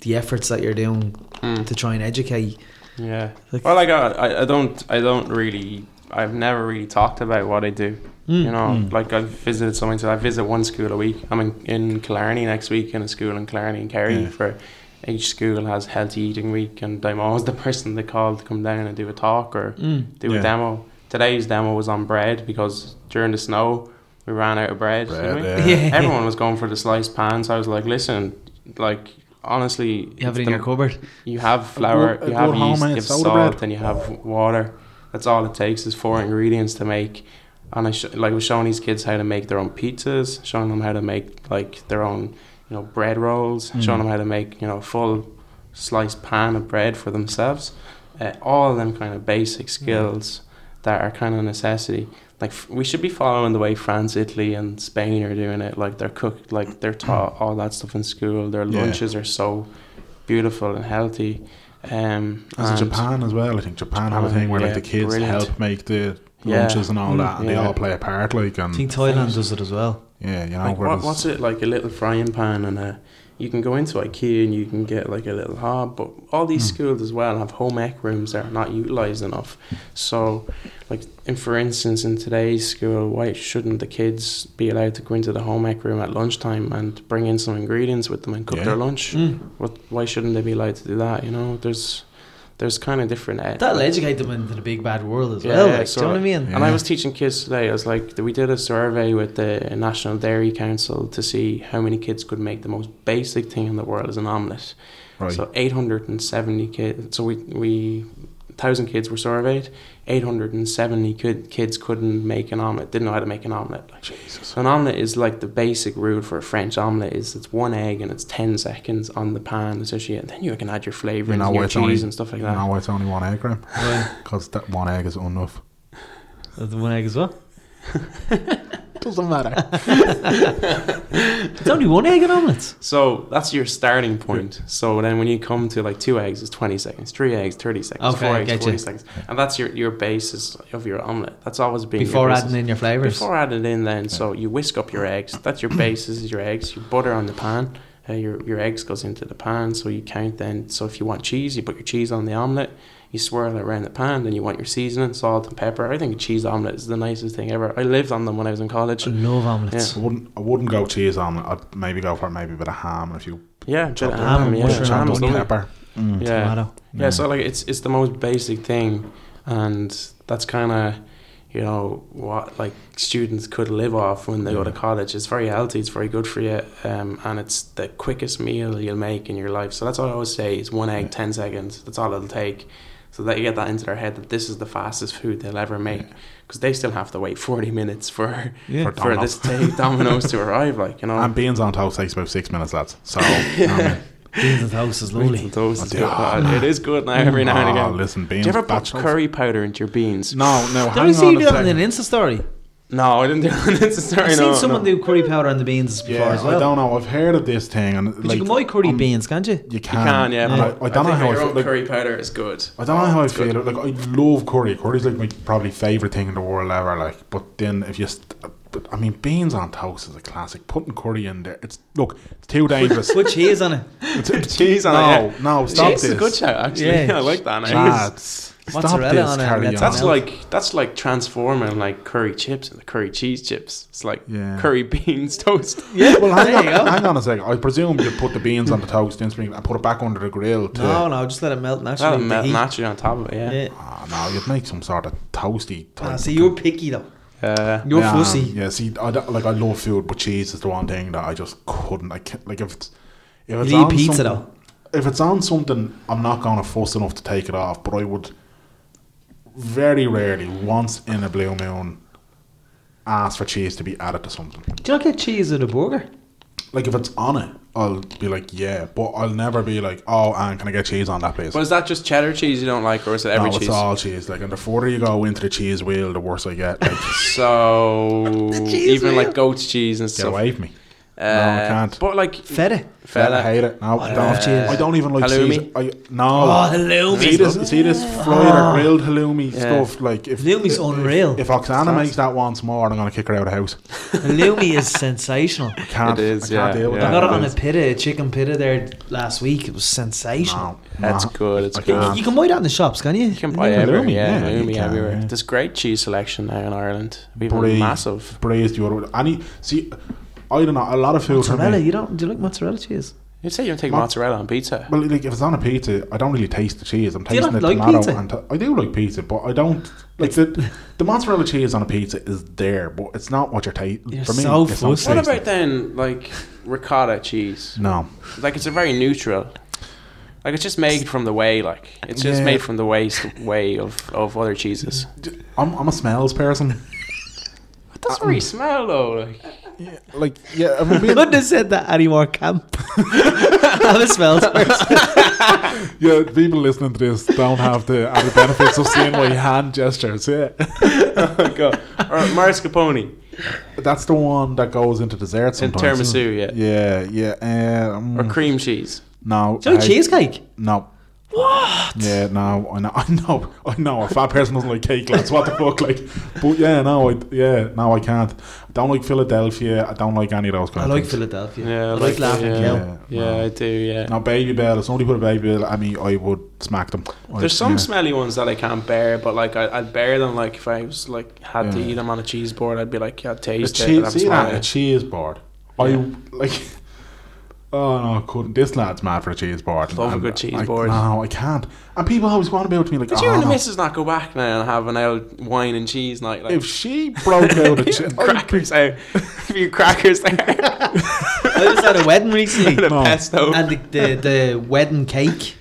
S2: the efforts that you're doing
S3: Mm,
S2: to try and educate.
S3: yeah.
S2: Like-
S3: Well, like I, I- I don't, I don't really. I've never really talked about what I do.
S2: Hmm,
S3: You know,
S1: Mm.
S3: like I've visited something. So I visit one school a week. I'm in, in Killarney next week in a school in Killarney and Kerry
S1: Yeah.
S3: for. Each school has healthy eating week, and I'm always the person they call to come down and do a talk or
S2: Mm.
S3: do
S1: Yeah.
S3: a demo. Today's demo was on bread because during the snow we ran out of bread.
S1: Bread,
S3: didn't we?
S1: yeah.
S3: Everyone was going for the sliced pan, so I was like, listen, like honestly,
S2: You have it
S3: it's
S2: in
S3: the-
S2: your cupboard.
S3: you have flour,
S1: A good-
S3: you
S1: a
S3: have
S1: good
S3: yeast, you
S1: homemade
S3: have
S1: soda
S3: salt,
S1: bread.
S3: and you have water. That's all it takes is four ingredients to make. And I sh- like I was showing these kids how to make their own pizzas, showing them how to make like their own, you know, bread rolls,
S1: Mm.
S3: showing them how to make you know full sliced pan of bread for themselves. Uh, all of them kind of basic skills that are kind of necessity. Like f- we should be following the way France, Italy, and Spain are doing it. Like they're cooked, like they're taught all that stuff in school. Their
S1: Yeah.
S3: lunches are so beautiful and healthy. Um,
S1: As in
S3: and-
S1: Japan as well. I think Japan have a
S3: Japan,
S1: thing where
S3: yeah,
S1: like the kids
S3: brilliant.
S1: help make the
S3: Yeah.
S1: lunches and all
S2: Mm,
S1: that, and they
S3: yeah.
S1: all play a part. Like
S2: I
S1: and
S2: think Thailand does it as well.
S1: yeah, you know,
S3: Like, what,
S1: whereas-
S3: what's it like? A little frying pan and a you can go into IKEA and you can get like a little hob, but all these
S1: Hmm.
S3: schools as well have home ec rooms that are not utilized enough. So, like, in, for instance, in today's school, why shouldn't the kids be allowed to go into the home ec room at lunchtime and bring in some ingredients with them and cook
S1: Yeah. Hmm.
S3: their lunch?
S2: Mm.
S3: What? Why shouldn't they be allowed to do that? You know, there's there's kind of different. eh, ed-
S2: That'll educate them into the big bad world as
S3: Yeah,
S2: well. like,
S3: yeah,
S2: do you know
S3: sorta.
S2: what I mean?
S1: Yeah.
S3: And I was teaching kids today. I was like, we did a survey with the National Dairy Council to see how many kids could make the most basic thing in the world as an omelette.
S1: Right.
S3: So 870 kids. So we we thousand kids were surveyed. 870 kid, kids couldn't make an omelet. Didn't know how to make an omelet. Like,
S1: Jesus.
S3: so an omelet is like the basic rule for a French omelet is it's one egg and it's 10 seconds on the pan essentially, and then you can add your flavour
S1: You know
S3: and
S1: why
S3: your
S1: it's only-
S3: cheese and stuff like
S1: You
S3: that.
S1: know why it's only one egg, Graham?
S2: Well,
S1: Because that one egg is enough.
S2: that's the one egg as well.
S1: Doesn't matter.
S2: It's only one egg in omelets.
S3: So that's your starting point. So then when you come to like two eggs, it's 20 seconds, three eggs, 30 seconds,
S2: Okay,
S3: four
S2: I
S3: eggs,
S2: get
S3: 40
S2: you.
S3: seconds. And that's your, your basis of your omelette. That's always been your
S2: Before
S3: basis.
S2: adding in your flavours.
S3: Before adding in then, so you whisk up your eggs. That's
S2: Mm-hmm.
S3: your basis is your eggs. You butter on the pan. Uh, your, your eggs goes into the pan, so you count then. So if you want cheese, you put your cheese on the omelette. You swirl it around the pan. Then you want your seasoning, salt and pepper. I think a cheese omelette is the nicest thing ever. I lived on them when I was in college.
S2: I love omelets.
S1: I wouldn't, I wouldn't go cheese on it. I'd maybe go for maybe a bit of ham and a few
S3: Yeah, bit of
S1: chopped
S2: ham,
S3: ham, yeah,
S2: mushrooms,
S3: ham is
S1: chopped up
S3: lovely.
S1: pepper. Mm.
S3: Yeah.
S2: Tomato.
S3: Yeah, so like it's it's the most basic thing, and that's kind of you know what like students could live off when they go to college. It's very healthy. It's very good for you, um, and it's the quickest meal you'll make in your life. So that's all I always say is one egg, ten seconds. That's all it'll take. So that you get that into their head that this is the fastest food they'll ever make because they still have to wait forty minutes for
S2: Yeah.
S1: For
S3: for this take Domino's to arrive. Like you know,
S1: And beans on toast takes about six minutes, lads. So, you know what I mean?
S2: Beans and toast is
S3: Meat
S2: lovely.
S3: and toast is
S1: Oh,
S3: good.
S1: yeah.
S3: It is good now every now and
S1: Oh,
S3: again.
S1: listen, beans.
S3: Do you ever put
S1: batch toast.
S3: curry powder into your beans?
S1: No, no.
S2: Did
S1: hang
S2: I see
S1: on a
S2: you do that in
S1: second.
S2: an Insta story?
S3: No, I didn't do it
S2: I've
S3: necessarily.
S2: seen
S3: no,
S2: someone
S3: no.
S2: do curry powder on the beans before
S1: Yeah,
S2: as
S1: I
S2: well.
S1: don't know. I've heard of this thing, and um,
S2: But you can buy curry beans, can't you?
S1: You
S3: You
S1: can,
S3: can, yeah.
S1: And
S3: but
S1: I, I don't know
S3: think
S1: how I
S3: your
S1: feel.
S3: own
S1: Like,
S3: curry powder is good.
S1: I don't know how I
S3: It's
S1: feel.
S3: good.
S1: Like I love curry. Curry's like my probably favorite thing in the world ever. Like, but then if you, st- but I mean, beans on toast is a classic. Putting curry in there, it's look, it's too dangerous.
S2: Put cheese on it.
S1: It's- it's-
S3: Cheese on
S1: no,
S3: it,
S1: no, stop
S3: Cheese
S1: this.
S3: is a good shout, actually.
S2: Yeah.
S3: I like that.
S2: Cheese.
S3: name.
S1: Lads, stop
S2: Mozzarella
S1: this.
S2: on it and
S1: Carry
S2: that's
S1: on.
S3: That's
S2: Yeah.
S3: like that's like transforming like curry chips into curry cheese chips. It's like
S1: Yeah.
S3: curry beans toast.
S2: Yeah,
S1: Well, hang
S2: there you
S1: on,
S2: go.
S1: hang on a second. I presume you put the beans on the toast in spring and put it back under the grill. To,
S2: No, no, just let it melt naturally. with the
S3: That'll melt
S2: heat.
S3: naturally on top of it. Yeah.
S2: Yeah.
S1: Ah, no, you'd make some sort of toasty. Type
S2: Ah,
S1: of
S2: see, you're picky though.
S3: Uh,
S2: You're
S1: Yeah,
S2: fussy.
S1: Yeah, see, I don't- like I love food, but cheese is the one thing that I just couldn't. I can't, like if it's if it's
S2: You
S1: on
S2: eat pizza
S1: something,
S2: though.
S1: If it's on something, I'm not gonna fuss enough to take it off. But I would very rarely, once in a blue moon, ask for cheese to be added to something.
S2: Do you not get cheese with a burger?
S1: Like if it's on it, I'll be like, yeah, but I'll never be like, oh, and can I get cheese on that, please?
S3: but is that just cheddar cheese you don't like, or is it every
S1: no,
S3: cheese?
S1: it's all cheese. Like, and the further you go into the cheese wheel, the worse I get. Like,
S3: So
S2: cheese
S3: even
S2: wheel.
S3: like goat's cheese and
S1: get
S3: stuff.
S1: away from me.
S3: Uh,
S1: I can't.
S3: But like
S2: Feta.
S1: I
S3: feta.
S1: hate it. No, I
S2: love
S1: don't.
S2: cheese.
S1: I don't even like cheese.
S3: Halloumi?
S1: I, no.
S2: Oh, halloumi. Oh.
S1: See this, see this fried or grilled halloumi
S3: Yeah.
S1: stuff. Like if
S2: Halloumi's
S1: if-
S2: unreal.
S1: If, Oksana
S3: class.
S1: makes that once more, I'm gonna kick her out of the house.
S2: Halloumi is sensational.
S1: I can't.
S3: It is,
S1: I can't
S3: yeah,
S1: deal with
S2: I
S3: yeah.
S1: that.
S2: got it
S3: it
S2: on a
S3: is.
S2: pita, a chicken pita there last week. It was sensational.
S1: No,
S3: That's
S1: no.
S3: good. It's
S1: I
S3: good.
S1: can't.
S2: You can buy that in the shops, can you?
S3: You can buy
S1: Halloumi,
S3: everywhere.
S1: yeah,
S3: Yeah,
S1: you
S3: halloumi
S1: can,
S3: everywhere.
S1: yeah.
S3: There's great cheese selection now in Ireland. We have a
S1: Brie.
S3: massive.
S1: Praise the other. Any see, I don't know. A lot of food for
S2: Mozzarella,
S1: me.
S2: you don't do you like mozzarella cheese?
S3: You'd say you don't take
S1: Mo-
S3: mozzarella on pizza.
S1: Well, like if it's on a pizza, I don't really taste the cheese. I'm
S2: you
S1: tasting the
S2: not like
S1: tomato.
S2: pizza?
S1: And t- I do like pizza, but I don't like the the mozzarella cheese on a pizza is there, but it's not what you're tasting.
S2: You're
S1: For me,
S2: so
S1: it's not
S2: fussy.
S3: What
S1: tasty.
S3: about then, like ricotta cheese?
S1: no?
S3: Like it's a very neutral. Like it's just made from the way. Like it's just
S1: Yeah. Mm.
S3: made from the waste way of, of other cheeses.
S1: D- I'm I'm a smells person.
S3: But that's very
S1: Mm.
S3: smell though. Like
S1: Yeah, like yeah, if I'm being-
S2: Couldn't have said that anymore, Camp. Have a smell.
S1: Yeah, people listening to this don't have the added benefits of seeing my hand gestures. Yeah,
S3: oh god, or mascarpone
S1: that's the one that goes into desserts
S3: and
S1: sometimes.
S3: tiramisu, yeah.
S1: Yeah, yeah. Um,
S3: or cream cheese.
S1: No,
S2: Do you like
S1: I-
S2: cheesecake?
S1: No. What? Yeah, no, I know, I know, I know. A fat person doesn't like cake, lads. What the fuck, like? But yeah, no, I, yeah, no, I can't. Don't like Philadelphia. I don't like any of those
S2: I
S1: kind of
S2: like
S1: things.
S2: Philadelphia.
S3: Yeah, I
S2: I like,
S3: like-
S2: Laughing
S3: yeah.
S2: Cow.
S3: Yeah, I do. Yeah.
S1: Now, Baby Bell, if somebody put a Baby Bell at me, I would smack them. I'd-
S3: There's some
S1: yeah.
S3: smelly ones that I can't bear, but like I, I'd bear them. Like if I was like had to
S1: Yeah.
S3: eat them on a cheese board, I'd be like, yeah,
S1: A
S3: taste it.
S1: cheese,
S3: but
S1: see
S3: I'm
S1: that? A
S3: smelly.
S1: cheese board.
S3: Yeah.
S1: I like. Oh no, I couldn't. This lad's mad for a cheese board.
S3: Love a
S1: And
S3: good cheese
S1: I-
S3: board.
S1: No, I can't. And people always want to be able to me like,
S3: Could
S1: oh,
S3: you and the
S1: no.
S3: missus not go back now and have an old wine and cheese night? Like,
S1: if she broke out a cheese,
S3: crackers out, a few crackers there,
S2: I was at a wedding recently,
S3: and a
S1: No.
S3: pesto.
S2: and the, the the wedding cake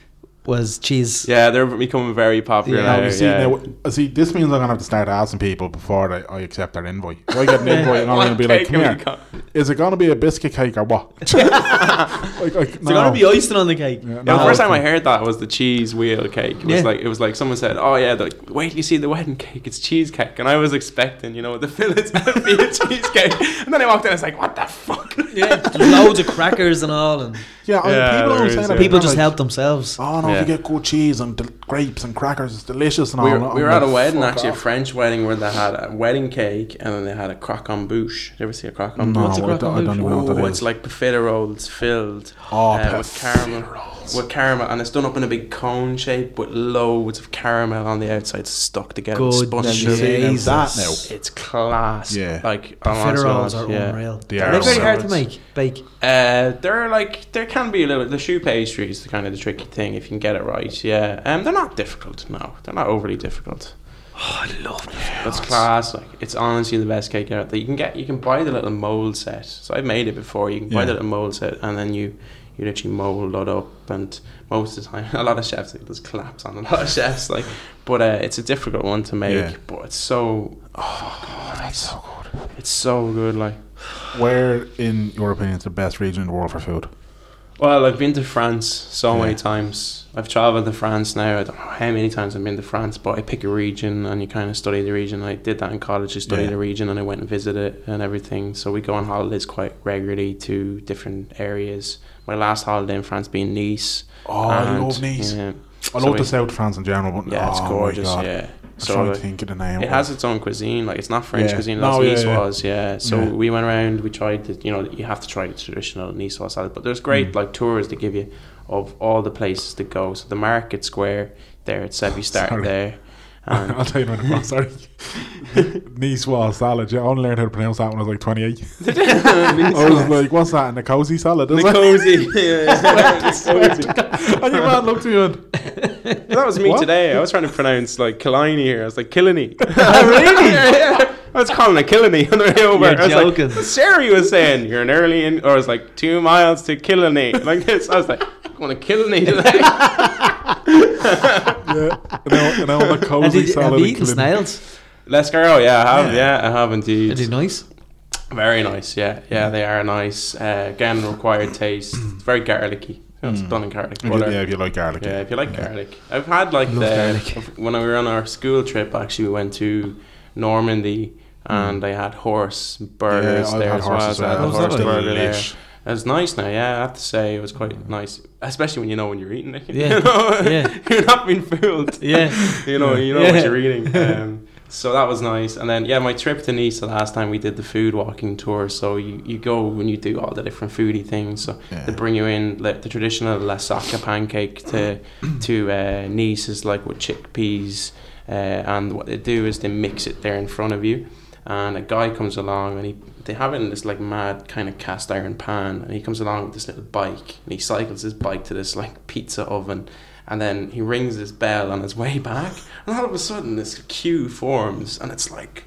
S2: was cheese.
S3: yeah, they're becoming very popular.
S2: Yeah,
S3: now,
S1: Now, you see,
S3: yeah.
S1: now, uh, see, this means I'm gonna have to start asking people before I, I accept their invite. If I get an invite, and I'm gonna be like,
S3: Cake
S1: "Come
S3: and
S1: here, is it gonna be a biscuit cake or what?" like, like,
S2: They're gonna be icing on the cake.
S1: Yeah,
S3: Yeah,
S1: no.
S3: the first time I heard that was the cheese wheel cake. It was
S2: Yeah.
S3: like it was like someone said, "Oh yeah, they're like wait, till you see the wedding cake? It's cheesecake." And I was expecting, you know, the fillets to be a cheesecake. And then I walked in, I was like, "What the fuck?"
S2: yeah, loads of crackers and all, and
S1: yeah, I-
S3: Yeah,
S1: people
S3: there
S1: always
S3: is,
S1: say
S3: yeah.
S1: that.
S2: people
S1: They're
S2: just
S1: like,
S2: help themselves.
S1: Oh no,
S3: Yeah.
S1: if you get good cheese and del- grapes and crackers, it's delicious and
S3: we
S1: all.
S3: were,
S1: I'm
S3: we were
S1: like,
S3: at a wedding
S1: "Fuck
S3: actually, a
S1: off."
S3: French wedding where they had a wedding cake and then they had a croque en bouche. Did you ever see a croque en
S1: No,
S3: bouche?
S1: I don't, I don't even know what
S3: Ooh,
S1: that
S3: it's
S1: is.
S3: like potato rolls filled
S1: Oh,
S3: uh, with
S1: potato
S3: caramel, with caramel, and it's done up in a big cone shape with loads of caramel on the outside, stuck together, with
S2: Good
S3: sponge
S1: Jesus.
S3: sugar.
S1: Jesus. that now.
S3: It's class.
S1: Yeah.
S3: Like
S2: Fitter
S3: honest
S2: rolls
S3: God,
S2: are
S3: Oh, yeah.
S2: unreal.
S1: They
S2: They're
S1: are
S2: very hard to
S3: unreal.
S2: make. Bake.
S3: Uh, they're like there can be a little. The shoe pastry is kind of the tricky thing if you can get it right. Yeah. Um, they're not difficult. No, they're not overly difficult.
S2: Oh, I love them.
S3: That's class. Like it's honestly the best cake out there. You can get. You can buy the little mold set. So I've made it before. You can buy
S1: Yeah.
S3: the little mold set, and then you. You literally mold it up, and most of the time, a lot of chefs like, just collapse on a lot of chefs. Like, but uh, it's a difficult one to make.
S1: Yeah.
S3: But it's so, oh, it's so good. It's so good. Like,
S1: Where, in your opinion, is the best region in the world for food?
S3: Well, I've been to France so many
S1: Yeah.
S3: times. I've traveled to France now. I don't know how many times I've been to France, but I pick a region and you kind of study the region. I did that in college. I studied
S1: Yeah.
S3: the region and I went and visited it and everything. So we go on holidays quite regularly to different areas. My last holiday in France being Nice.
S1: Oh, I
S3: and,
S1: love Nice.
S3: Yeah,
S1: I
S3: so
S1: love
S3: we-
S1: the south of France in general, but
S3: yeah,
S1: oh
S3: it's
S1: my
S3: gorgeous.
S1: God.
S3: Yeah.
S1: I'm
S3: So
S1: trying
S3: like,
S1: to think of the name.
S3: it has its own cuisine. Like it's not French
S1: Yeah.
S3: cuisine.
S1: No,
S3: That's
S1: yeah,
S3: Nice
S1: yeah.
S3: was. Yeah. So
S1: Yeah.
S3: we went around. We tried the. You know, you have to try the traditional Nice sauce salad. But there's great
S1: Mm.
S3: like tours they give you of all the places to go. So the market square there at
S1: Sorry.
S3: Sevi Start there. And
S1: I'll tell you when it was. Sorry, nice was salad. Yeah, I only learned how to pronounce that when I was like 28. I was like, "What's that?" And a cozy salad. is it?
S3: cozy. that
S1: and your man looked at me and
S3: was me
S1: What?
S3: today. I was trying to pronounce like Killiney here. I was like Killiney.
S2: Oh, really?
S3: I was calling it Killiney on the way over.
S2: You're
S3: I was
S2: joking.
S3: like, Sherry was saying, you're an early in, or I was like, two miles to Killiney. Like this. I was like, I'm going to Killiney today.
S1: yeah, and now, and now I'm a
S2: And
S1: cozy
S2: did,
S1: salad.
S2: have you
S1: and
S2: eaten
S1: killing-
S2: snails?
S3: Let's go. Yeah, I have.
S1: Yeah.
S3: Yeah, I have
S2: Are
S3: indeed.
S2: they nice?
S3: Very nice. Yeah, yeah, they are nice. Uh, again, required taste. Very garlicky. It's done in garlic.
S1: If you-
S3: butter.
S1: yeah, if you like garlic.
S3: Yeah, if you like garlic. I've had like
S2: love
S3: the
S2: garlic.
S3: when we were on our school trip. Actually, we went to Normandy and they had horse burgers
S1: I've
S3: there
S1: had
S3: as
S1: horse
S3: well.
S1: as
S3: So I had
S1: well.
S3: a
S1: Those are
S3: horse burger there.
S1: delish.
S3: It was nice now. Yeah, I have to say it was quite nice, especially when you know when you're eating it.
S2: Yeah,
S3: you know?
S2: yeah.
S3: you're not being fooled.
S2: Yeah.
S3: You know, you know
S2: Yeah.
S3: what you're eating. Um, so that was nice. And then, yeah, my trip to Nice the last time we did the food walking tour. So you, you go and you do all the different foodie things. So
S1: Yeah.
S3: they bring you in like the traditional lasaka pancake to to uh, Nice is like with chickpeas, uh, and what they do is they mix it there in front of you, and a guy comes along and he they have it in this like mad kind of cast iron pan, and he comes along with this little bike and he cycles his bike to this like pizza oven. And then he rings his bell on his way back, and all of a sudden this queue forms, and it's like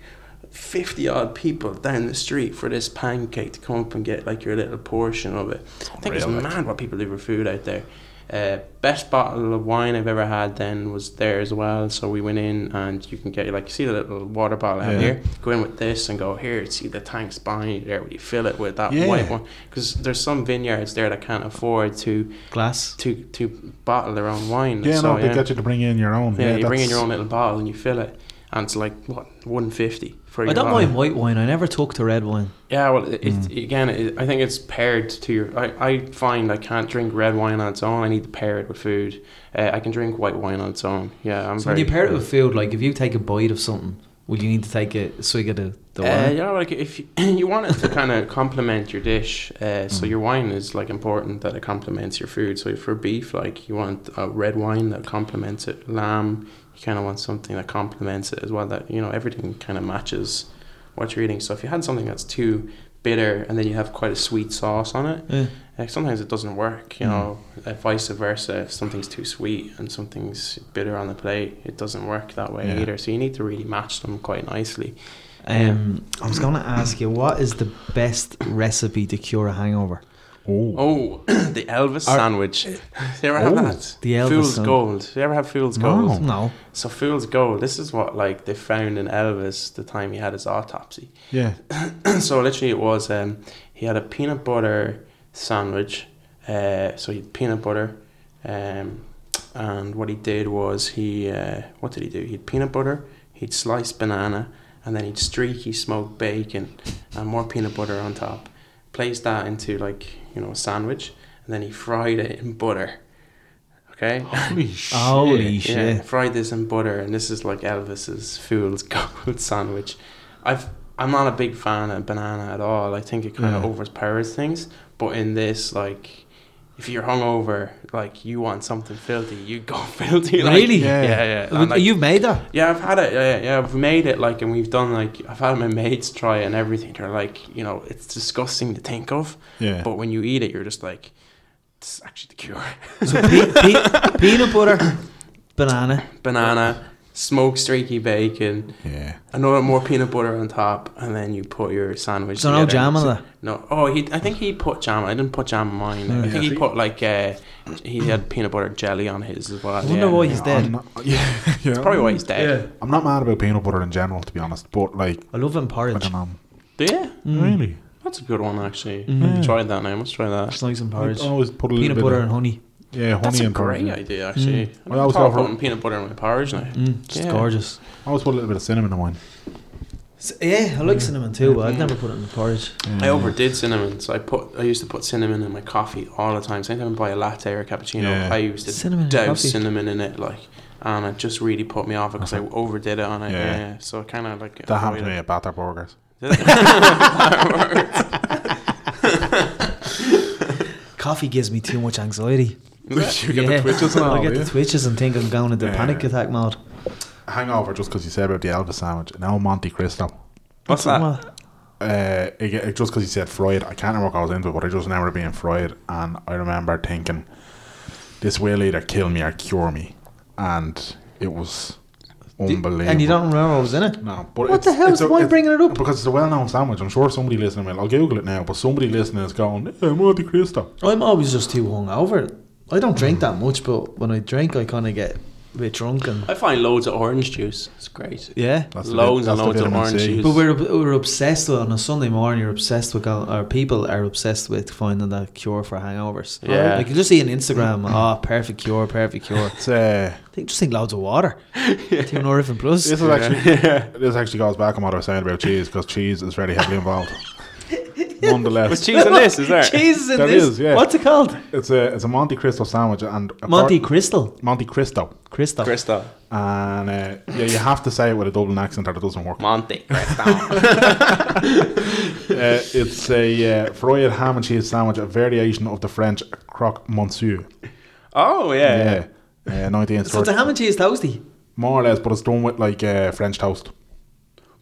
S3: 50 odd people down the street for this pancake to come up and get like your little portion of it. I think it's
S1: unreal, like.
S3: mad what people do for food out there. Uh, best bottle of wine I've ever had then was there as well. So we went in and you can get like you see the little water bottle out
S1: Yeah.
S3: here. Go in with this and go here. See the tanks behind you there. Will you fill it with that
S1: Yeah.
S3: white one? Because there's some vineyards there that can't afford to
S2: Glass.
S3: to to bottle their own wine.
S1: Yeah,
S3: so,
S1: no, they get you to bring in your own.
S3: yeah, you bring in
S1: that's-
S3: your own little bottle and you fill it, and it's like what one fifty for
S2: I
S3: your
S2: don't
S3: bottle.
S2: mind white wine. I never took to red wine.
S3: Yeah, well, it,
S2: Mm.
S3: it, again, it, I think it's paired to your. I, I find I can't drink red wine on its own. I need to pair it with food. Uh, I can drink white wine on its own. Yeah, I'm
S2: So
S3: very.
S2: when you pair it with food, like if you take a bite of something, Will you need to take a swig of the, the
S3: Uh,
S2: wine?
S3: you know, like if you, you want it to kind of complement your dish, uh,
S2: Mm.
S3: so your wine is like important that it complements your food. So for beef, like you want a red wine that complements it. Lamb, you kind of want something that complements it as well. That you know everything kind of matches what you're eating. So if you had something that's too bitter and then you have quite a sweet sauce on it,
S2: Yeah.
S3: uh, sometimes it doesn't work. You
S2: Mm.
S3: know, uh, vice versa. If something's too sweet and something's bitter on the plate, it doesn't work that way
S1: Yeah.
S3: either. So you need to really match them quite nicely.
S2: Um, I was going to ask you, what is the best recipe to cure a hangover?
S1: Oh.
S3: Oh, the Elvis
S2: Are-
S3: sandwich. Do you ever have
S1: Oh,
S3: that?
S2: the Elvis
S3: Fool's
S2: sand-
S3: Gold. Do you ever have Fool's
S1: No.
S3: Gold?
S2: No.
S3: So Fool's Gold, this is what like they found in Elvis the time he had his autopsy.
S1: Yeah.
S3: so literally it was um he had a peanut butter sandwich. Uh, so he had peanut butter. Um, and what he did was he uh, what did he do? He had peanut butter, he'd sliced banana, and then he'd streaky smoked bacon and more peanut butter on top. Placed that into like, you know, a sandwich and then he fried it in butter. Okay?
S1: Holy shit.
S2: Holy shit.
S3: Yeah, fried this in butter, and this is like Elvis's fool's gold sandwich. I've I'm not a big fan of banana at all. I think it kind of
S1: Yeah.
S3: overpowers things. But in this, like, if you're hungover, like you want something filthy, you go filthy. Like,
S2: Really?
S3: Yeah,
S1: Yeah.
S3: yeah.
S2: Uh,
S3: And, like,
S2: You've made that?
S3: yeah, I've had it. Yeah, yeah, I've made it. Like, and we've done like I've had my mates try it and everything. They're like, you know, it's disgusting to think of,
S1: Yeah.
S3: but when you eat it, you're just like, this is actually the cure.
S2: So pe- pe- peanut butter, banana.
S3: Banana, smoked streaky bacon.
S1: yeah.
S3: another more peanut butter on top, and then you put your sandwich.
S2: So no
S3: together.
S2: jam on that?
S3: No. Oh, he. I think he put jam. I didn't put jam on mine. I
S1: Yeah.
S3: think he put like uh, he had peanut butter jelly on his as well.
S2: I wonder why he's
S1: Yeah,
S2: dead.
S1: I'm not, yeah, yeah.
S3: Probably why he's dead.
S1: I'm not mad about peanut butter in general, to be honest. But like,
S2: I love him
S1: I
S2: porridge.
S1: don't know.
S3: Yeah.
S2: Mm.
S1: Really?
S3: That's a good one actually.
S2: Mm.
S1: Yeah.
S3: Tried that now. Let's try that.
S2: Just like some porridge.
S1: I always put a Oh, little
S2: Peanut
S1: bit
S2: butter
S1: Of,
S2: and honey.
S1: yeah, honey
S3: That's a
S1: and
S3: great
S1: porridge.
S3: idea actually.
S1: I
S2: Mm.
S3: I
S1: always
S3: always thought
S1: go for-
S3: putting peanut butter in my porridge now.
S2: Mm, just
S3: Yeah.
S2: gorgeous.
S1: I always put a little bit of cinnamon in mine.
S2: S- yeah, I like cinnamon too, but I've
S3: Mm.
S2: never put it in the porridge.
S1: Yeah.
S3: I overdid cinnamon, so I put I used to put cinnamon in my coffee all the time. So anytime I buy a latte or a cappuccino,
S1: Yeah.
S3: I used to
S2: Cinnamon in
S3: douse
S2: coffee.
S3: cinnamon in it, like, and it just really put me off it because I overdid it on it. Yeah,
S1: Yeah.
S3: so I kind of like
S1: That happened to me at
S3: avoided
S1: Bata Burgers.
S3: it. That
S2: Coffee gives me too much anxiety.
S3: worked.
S1: You get the twitches and
S2: I
S1: all,
S2: get
S1: yeah.
S2: the twitches and think I'm going into
S1: Yeah.
S2: panic attack mode.
S1: Hangover, just because you said about the Elvis sandwich. Now Monte Cristo.
S3: What's that?
S2: Well,
S1: Uh, it, it- just because you said fried, I can't remember what I was into, but I just remember it being fried. And I remember thinking, this will either kill me or cure me. And it was unbelievable.
S2: and you don't remember what was in it?
S1: No, but
S2: What
S1: it's,
S2: the hell
S1: it's
S2: is
S1: a-
S2: why
S1: it's-
S2: bringing it up?
S1: Because it's a well-known sandwich. I'm sure somebody listening will. I'll Google it now, but somebody listening is going, "Eh, Monte Cristo."
S2: I'm always just too hungover. I don't drink that much, but when I drink, I kind of get a bit drunk and
S3: I find loads of orange juice. It's great.
S2: yeah.
S1: That's
S3: Loads
S1: the,
S3: and
S1: that's the
S3: loads of
S1: vitamin
S3: orange
S1: C.
S3: juice.
S2: But we're we're obsessed with on a Sunday morning. You're obsessed with al- or people are obsessed with finding the cure for hangovers.
S3: Yeah.
S2: like you just see an Instagram.
S1: Mm.
S2: Ah, perfect cure, perfect cure.
S1: It's, uh,
S2: They just drink loads of water. Two Norfin Plus.
S1: this is actually this actually goes back on what I was saying about cheese because cheese is very heavily involved.
S3: There's
S1: Nonetheless,
S3: cheese in this, is there?
S2: Cheese in
S1: There
S2: this.
S1: is, yeah.
S2: What's it called?
S1: it's a it's a Monte Cristo sandwich and a
S2: Monte
S1: part-
S2: Crystal.
S1: Monte Cristo,
S2: Crystal.
S3: Crystal.
S1: and uh, yeah, you have to say it with a Dublin accent or it doesn't work.
S3: Monte. Crystal.
S1: Uh, it's a uh, fried ham and cheese sandwich, a variation of the French croque monsieur.
S3: oh, yeah.
S1: Yeah, uh, 19th
S2: so it's a ham and cheese toasty.
S1: More or less, but it's done with like uh, French toast.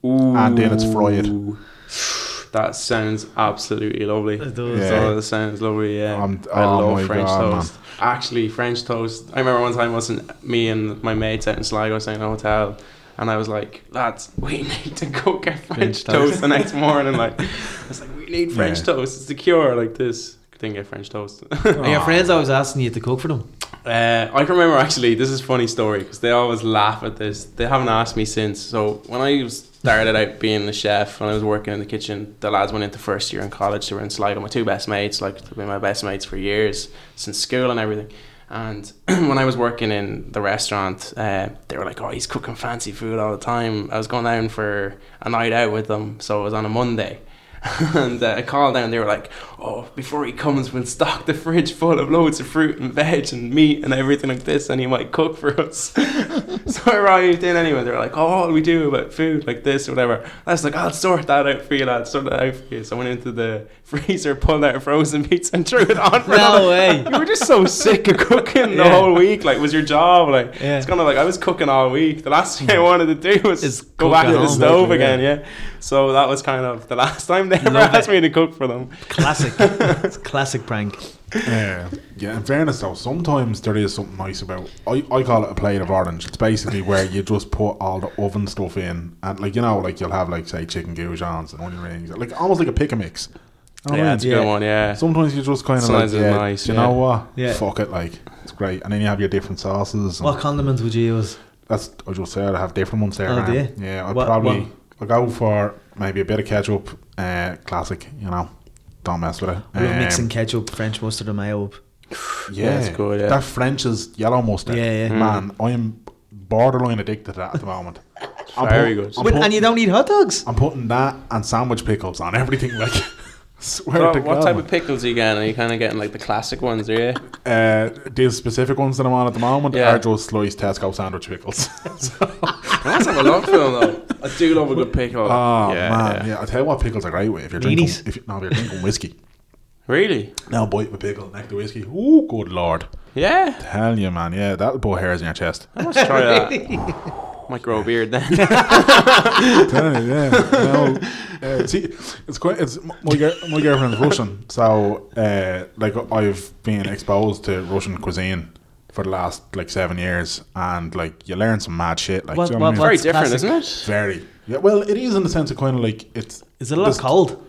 S3: Ooh.
S1: And then Ah, it's fried.
S3: That sounds absolutely lovely.
S2: It does.
S1: Yeah.
S3: Oh, that sounds lovely. Yeah,
S1: I'm-
S3: I
S1: oh my
S3: love French
S1: God,
S3: toast. Actually, French toast. I remember one time wasn't me and my mates out in Sligo staying in a hotel, and I was like, "Lads, we need to go get French toast.
S2: toast.
S3: the next morning." Like, I was like, "We need French
S1: Yeah.
S3: toast. It's the cure." Like this. Didn't get French toast.
S2: Are your friends always asking you to cook for them?
S3: Uh, I can remember actually. This is a funny story because they always laugh at this. They haven't asked me since. So when I was- started out being the chef, when I was working in the kitchen, the lads went into first year in college. They were in Sligo. My two best mates, like they've been my best mates for years since school and everything. And when I was working in the restaurant, uh, they were like, "Oh, he's cooking fancy food all the time." I was going down for a night out with them, so it was on a Monday. and uh, I called down. They were like, "Oh, before he comes, we'll stock the fridge full of loads of fruit and veg and meat and everything like this, and he might cook for us." so I arrived in anyway. They were like, "Oh, what do we do about food like this or whatever?" I was like, "I'll sort that out for you, lad. Sort that out for you." So I went into the freezer, pulled out a frozen pizza, and threw it on. For another-
S2: No way.
S3: you were just so sick of cooking the
S2: Yeah.
S3: whole week. Like, was your job like?
S2: Yeah.
S3: It's kind of like I was cooking all week. The last thing I wanted to do was
S2: Is
S3: go
S2: cook
S3: back
S2: at
S3: to the
S2: home.
S3: stove
S1: Yeah.
S3: again. Yeah. So that was kind of the last time they ever
S2: Love
S3: asked
S2: it.
S3: me to cook for them.
S2: Classic. it's a classic prank.
S3: Oh.
S1: Yeah, yeah. In fairness, though, sometimes there is something nice about. I, I call it a plate of orange. It's basically where you just put all the oven stuff in, and like you know, like you'll have like say chicken goujons and onion rings, like almost like a pick a mix. You know what I
S3: yeah,
S1: mean?
S3: it's a good
S2: Yeah.
S3: one. Yeah.
S1: Sometimes you just kind of like,
S3: Sometimes it's
S1: yeah,
S3: nice,
S1: you
S3: yeah.
S1: know what?
S2: Yeah.
S1: Fuck it, like it's great. And then you have your different sauces. and
S2: What condiments would you use?
S1: That's I just said I have different ones there.
S2: Oh,
S1: man.
S2: do you?
S1: Yeah, I
S2: What-
S1: probably
S2: what-
S1: I go for maybe a bit of ketchup, uh, classic. You know, don't mess with it.
S2: I love
S1: Um,
S2: mixing ketchup, French mustard, and mayo. up.
S1: Yeah,
S3: Yeah, it's good, yeah. Mm.
S1: That French is yellow mustard.
S2: Yeah, yeah.
S1: Man, I am borderline addicted to that at the moment. I'm
S3: Very
S1: put-
S3: good.
S1: I'm,
S2: But,
S1: put-
S2: and you don't need hot dogs.
S1: I'm putting that and sandwich pickles on everything. Like, swear
S3: What,
S1: to
S3: what
S1: God.
S3: type of pickles are you getting? Are you kind of getting like the classic ones, are you?
S1: Uh, these specific ones that I'm on at the moment
S3: Yeah.
S1: are just sliced Tesco sandwich pickles.
S3: Let's have a look for them though. I do love a good pickle.
S1: oh man, yeah. I tell you what, pickles are great with if you're drinking.
S2: Meanies.
S1: If you, no, if you're drinking whiskey.
S3: Really?
S1: Now bite with pickle, neck the whiskey. Ooh, good lord!
S3: Yeah.
S1: Tell you, man, yeah, that'll pull hairs in your chest.
S3: Let's try that. Might grow a beard then.
S1: Tell you, yeah. No, uh, see, it's quite. It's my girl, my girlfriend's Russian, so uh, like I've been exposed to Russian cuisine for the last like seven years, and like you learn some mad shit. Like
S2: What-
S1: do you know what I mean?
S2: what- what-
S3: Very
S2: That's
S3: different,
S2: classic.
S3: isn't it?
S1: very. Yeah, well, it is in the sense of kind of like it's.
S2: Is it a lot
S1: this-
S2: cold?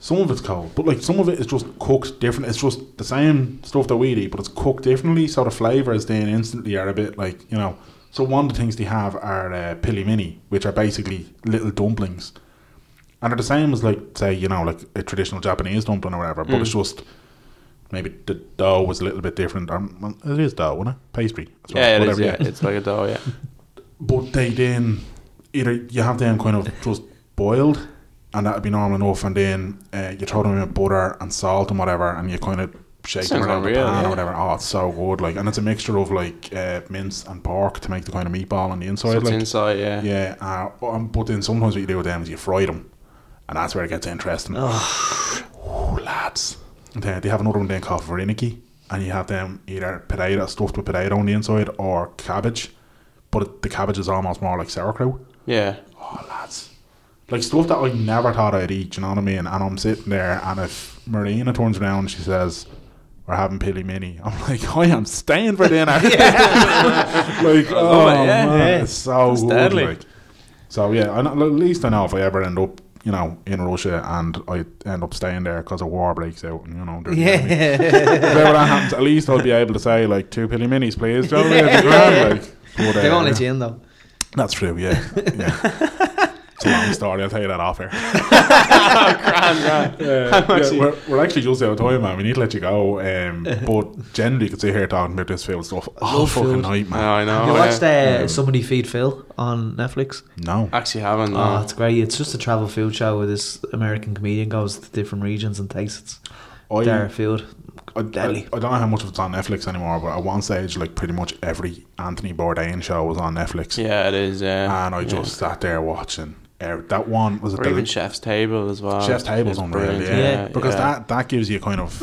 S1: Some of it's cold, but like some of it is just cooked different. It's just the same stuff that we eat, but it's cooked differently. So the flavors then instantly are a bit like you know. So one of the things they have are uh, pili mini, which are basically little dumplings, and they're the same as like say you know like a traditional Japanese dumpling or whatever. But it's
S3: Mm.
S1: just maybe the dough was a little bit different. Or, well, it is dough, wasn't it? Pastry. I suppose,
S3: Yeah, it is.
S1: whatever,
S3: Yeah, it's like a dough. Yeah.
S1: but they then either you have them kind of just boiled, and that would be normal enough, and then uh, you throw them in with butter and salt and whatever, and you kind of shake them
S3: Sounds
S1: around
S3: unreal,
S1: the pan
S3: yeah.
S1: or whatever. Oh, it's so good! Like, and it's a mixture of like uh, mince and pork to make the kind of meatball on the
S3: So
S1: inside.
S3: it's
S1: like,
S3: inside. Yeah.
S1: yeah, uh, but- um, but then sometimes what you do with them is you fry them, and that's where it gets interesting. Ooh, lads. And They, they have another one then called Vareniki, and you have them either potato stuffed with potato on the inside or cabbage, but it, the cabbage is almost more like sauerkraut.
S3: Yeah.
S1: Oh, lads. Like stuff that I never thought I'd eat, you know what I mean? And I'm sitting there, and if Marina turns around and she says, We're having Pili Mini, I'm like, I am staying for dinner. like, oh,
S3: it, yeah,
S1: man,
S2: yeah.
S1: it's so
S3: It's
S1: good.
S3: deadly.
S1: Like. So, yeah, I know, at least I know if I ever end up, you know, in Russia and I end up staying there because a war breaks out, and, you know, there's enemies.
S2: Yeah.
S1: if ever that happens, at least I'll be able to say, like, two Pili Minis, please. Do you know what I mean? It'd be
S2: Yeah.
S1: grand, like. But,
S2: they
S1: uh,
S2: won't let you in though.
S1: that's true, yeah. yeah. it's a long story, I'll tell you that off air. Yeah,
S3: actually-
S1: we're, we're actually just out of time, man. We need to let you go. Um, but generally, you could sit here talking about this field stuff all
S2: love
S1: fucking
S2: food.
S1: night, man.
S3: Oh, I know.
S2: you
S3: yeah.
S2: watched uh, Somebody Feed Phil on Netflix?
S1: No.
S3: Actually, haven't. no.
S2: Oh, it's great. It's just a travel food show where this American comedian goes to different regions and tastes
S3: Oh,
S1: I,
S2: their food.
S1: I, I, I
S2: Deadly.
S1: don't know how much of it's on Netflix anymore, but at one stage, like pretty much every Anthony Bourdain show was on Netflix.
S3: Yeah, it is. Yeah.
S1: And I
S3: Yeah.
S1: just sat there watching. Er, that one was it
S3: Or
S1: the
S3: even Chef's Table as well.
S1: Chef's Table's
S3: It's
S1: on real,
S3: brilliant,
S1: yeah.
S2: yeah.
S1: Because
S3: yeah.
S1: that, that gives you kind of.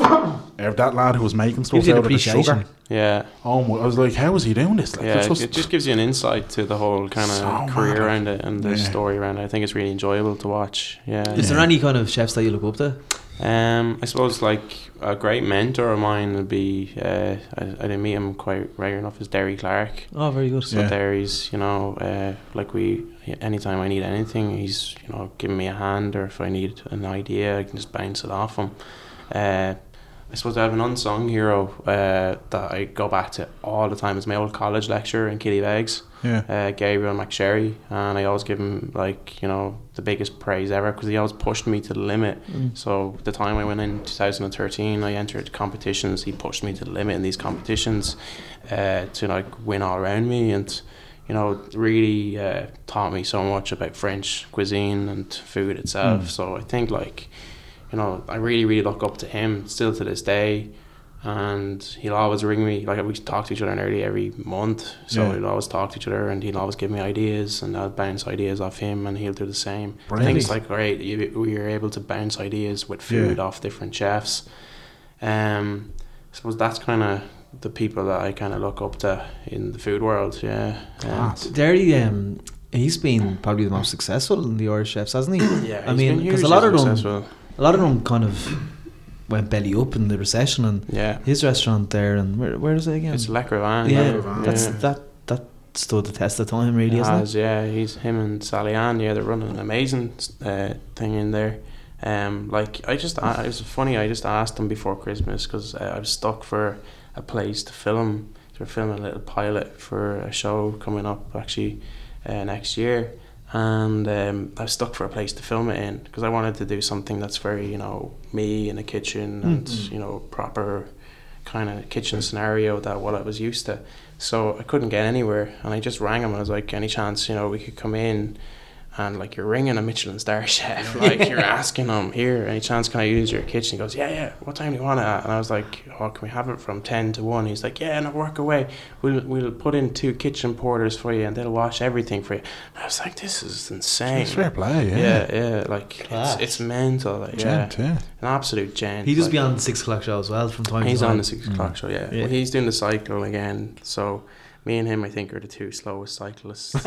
S1: er, that lad who was making stuff
S2: Gives you an
S1: out of the
S2: appreciation.
S1: sugar.
S3: Yeah,
S1: Oh my, I was like, how is he doing this? Like,
S3: yeah.
S1: it's
S3: It, it just gives you an insight to the whole kind of
S1: So
S3: career
S1: mad.
S3: around it and the
S1: Yeah.
S3: story around it. I think it's really enjoyable to watch. Yeah.
S2: Is there any kind of chefs that you look up to?
S3: Um, I suppose like a great mentor of mine would be. Uh, I, I didn't meet him quite regular enough. Is Derry Clark.
S2: Oh, very good.
S3: So
S1: Yeah.
S3: Derry's, you know, uh, like we. Anytime I need anything, he's you know giving me a hand, or if I need an idea, I can just bounce it off him. Uh, I suppose I have an unsung hero uh, that I go back to all the time. It's my old college lecturer in Killybegs
S1: Yeah.
S3: uh, Gabriel McSherry, and I always give him like you know the biggest praise ever because he always pushed me to the limit.
S1: Mm.
S3: So the time I went in 2013, I entered competitions. He pushed me to the limit in these competitions uh, to like win all around me, and you know, it really uh, taught me so much about French cuisine and food itself.
S1: Mm.
S3: So I think like, you know, I really really look up to him still to this day, and he'll always ring me. Like we talk to each other nearly every month, so
S1: Yeah.
S3: we'll always talk to each other, and he'll always give me ideas, and I'll bounce ideas off him, and he'll do the same. I think it's like great. You, we are able to bounce ideas with food
S1: Yeah.
S3: off different chefs. Um, I suppose that's kind of the people that I kind of look up to in the food world. Yeah. Um,
S1: Class.
S2: There he, um, he's been probably the most successful in the Irish chefs, hasn't he?
S3: yeah.
S2: I
S3: he's
S2: mean,
S3: been
S2: 'cause a
S3: hugely
S2: lot of them-
S3: successful.
S2: A lot of them kind of went belly up in the recession, and
S3: Yeah.
S2: his restaurant there, and where, where is it again?
S3: It's Le Crevin.
S2: yeah,
S1: Lecoq.
S2: that's
S3: Yeah.
S2: that that stood the test of time, really,
S3: It
S2: isn't it?
S3: has, yeah, he's him and Sally Ann. Yeah, they're running an amazing uh, thing in there. Um, like I just, I, it was funny. I just asked them before Christmas because uh, I was stuck for a place to film. So We're filming a little pilot for a show coming up actually uh, next year, and um, I was stuck for a place to film it in because I wanted to do something that's very you know me in the kitchen and
S1: Mhm.
S3: you know proper kind of kitchen scenario that what I was used to. So I couldn't get anywhere, and I just rang him and I was like, "Any chance you know we could come in?" And like you're ringing a Michelin star chef, like you're asking him here, any chance can I use your kitchen? He goes, yeah, yeah. What time do you want it at? And I was like, oh, can we have it from ten to one? He's like, yeah, no, work away. We'll we'll put in two kitchen porters for you, and they'll wash everything for you. And I was like, this is insane.
S1: It's fair play, yeah.
S3: yeah, yeah, like
S2: Class.
S3: it's, it's mental. Like, yeah,
S1: Gent, yeah.
S3: an absolute gent.
S2: He does
S3: like-
S2: be on the six o'clock show as well from time
S3: He's
S2: to time.
S3: on the six o'clock show, yeah.
S2: Yeah.
S3: Well, he's doing the cycle again, so me and him, I think, are the two slowest cyclists.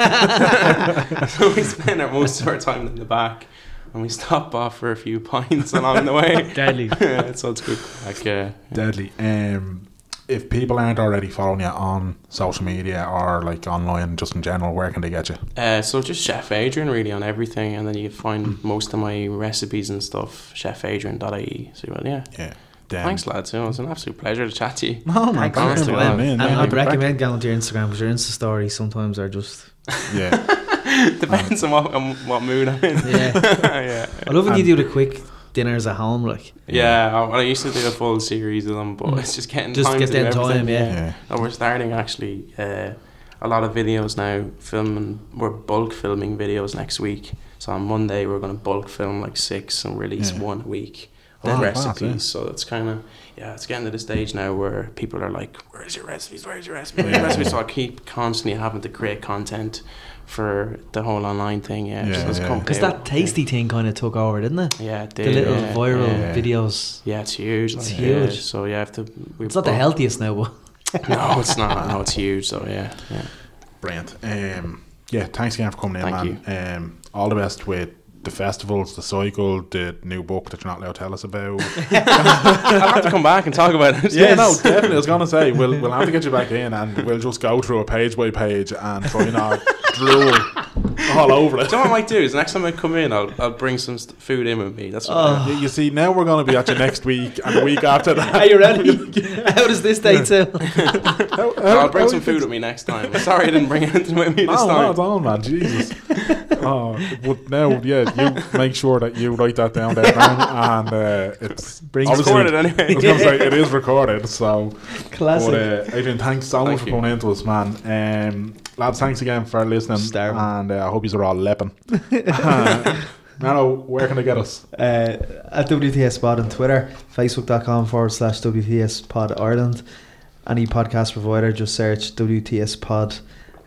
S3: so we spend our most of our time in the back, and we stop off for a few pints along the way.
S2: Deadly.
S3: so it's good. Like, uh, yeah,
S1: Deadly. Um, if people aren't already following you on social media or like online, just in general, where can they get you?
S3: Uh, so just Chef Adrian really on everything, and then you can find most of my recipes and stuff chefadrian.ie. So well, yeah,
S1: Yeah. Then.
S3: thanks lads. You know, it's an absolute pleasure to chat to you.
S1: No, man.
S2: Thanks,
S1: thanks
S3: honestly,
S1: for
S3: man.
S1: coming in,
S2: And
S1: man.
S2: I'd recommend going to your Instagram because your Insta stories sometimes are just.
S1: Yeah.
S3: Depends on what, on what mood I'm in.
S2: Yeah.
S3: yeah.
S2: I love when you do the quick dinners at home, like.
S3: Yeah, I, well, I used to do a full series of them, but it's just getting
S2: Mm. Just
S3: time
S2: get
S3: to
S2: them
S3: do everything.
S2: time, yeah.
S1: Yeah.
S3: And we're starting actually uh, a lot of videos now. Filming, we're bulk filming videos next week. So on Monday we're going to bulk film like six and release
S1: Yeah.
S3: one a week of
S1: Wow, class,
S3: recipes.
S1: yeah.
S3: So it's kind of yeah, it's getting to the stage now where people are like, "Where's your recipes? Where's your recipes? Where's
S1: Yeah.
S3: your recipes?" So I keep constantly having to create content for the whole online thing. Yeah,
S1: Yeah,
S3: so it's
S1: yeah.
S3: complicated.
S2: Because that tasty thing kind of took over, didn't it?
S3: Yeah, it
S2: The
S3: did,
S2: little
S3: yeah,
S2: viral
S3: yeah.
S1: yeah.
S2: videos.
S3: Yeah, it's huge.
S2: It's
S3: like, yeah,
S2: huge.
S3: So you have to. we
S2: It's not the
S3: both-
S2: healthiest now, but
S3: No, it's not. No, it's huge. So yeah, yeah.
S1: Brilliant. Um, yeah, thanks again for coming in,
S3: Thank
S1: man. Um, all the best with the festivals, the cycle, the new book that you're not allowed to tell us about.
S3: I'll have to come back and talk about it.
S1: Yeah, no, definitely. I was gonna say we'll we'll have to get you back in, and we'll just go through a page by page and try not drool all over it.
S3: Do you know what I might do? Is next time I come in, I'll, I'll bring some st- food in with me. That's what
S2: Oh.
S3: I'll do.
S1: You, you see, now we're gonna be at you next week and the week after that.
S2: are you ready? How does this date sound?
S3: I'll bring some food with me next time. I'm sorry I didn't bring anything with me this
S1: Oh,
S3: time.
S1: well done, man. Jesus. Oh, but now, yeah, you make sure that you write that down there, man, and uh, it's
S2: Brings
S1: obviously-
S3: Recorded
S1: I was
S3: anyway.
S1: gonna say it is recorded, so.
S2: Classic.
S1: But uh, Adrian, thanks so
S3: Thank
S1: much
S3: you.
S1: for coming into us, man. Um, lads, thanks again for listening,
S2: Starving.
S1: and uh, I hope you are all lepping. Nano, where can I get us?
S2: uh, at WTS Pod on Twitter, facebook.com forward slash WTS Pod Ireland. Any podcast provider, just search WTS Pod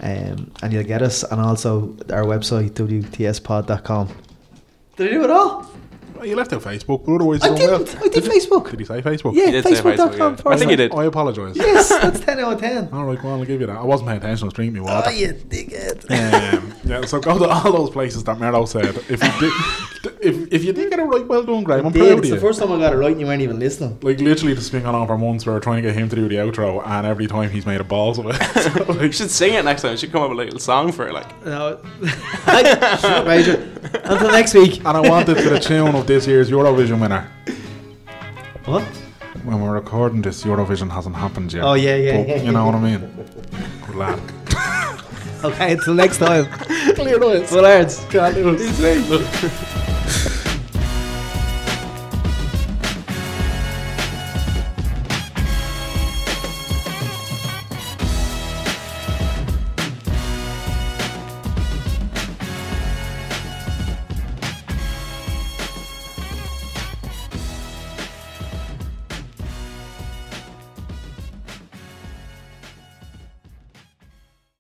S2: um, and you'll get us. And also our website, WTSpod.com. Did I do it all?
S1: Well, you left out Facebook, but otherwise,
S2: I
S1: you don't
S2: didn't. I did
S1: Well. Did
S2: Facebook.
S1: he say Facebook?
S2: Yeah,
S3: You did say
S2: facebook.com
S3: Facebook, yeah.
S2: forward
S3: I think you did.
S1: I apologise.
S2: Yes, that's 10 out of 10.
S1: All right, go on, I'll give you that. I wasn't paying attention. I was drinking me water.
S2: Oh, you dickhead.
S1: um, yeah, so go to all those places that Merlo said. If you did, if, if you did get it right, well done, Graham. I'm
S2: Dude,
S1: proud of
S2: it's
S1: you.
S2: the first time I got it right and you weren't even listening.
S1: like literally, this has been going on for months. We were trying to get him to do the outro, and every time he's made a balls of it. So,
S3: We
S1: like,
S3: should sing it next time. We should come up with a little song for it. Like,
S2: No. Shut up, Adrian. Until next week.
S1: and I wanted to the tune of this year's Eurovision winner.
S2: What?
S1: When we're recording this, Eurovision hasn't happened yet.
S2: Oh, yeah, yeah,
S1: But
S2: yeah.
S1: You know what I mean? Good lad.
S2: Okay, until next time. Clear noise. Well, lads.
S1: Can't lose.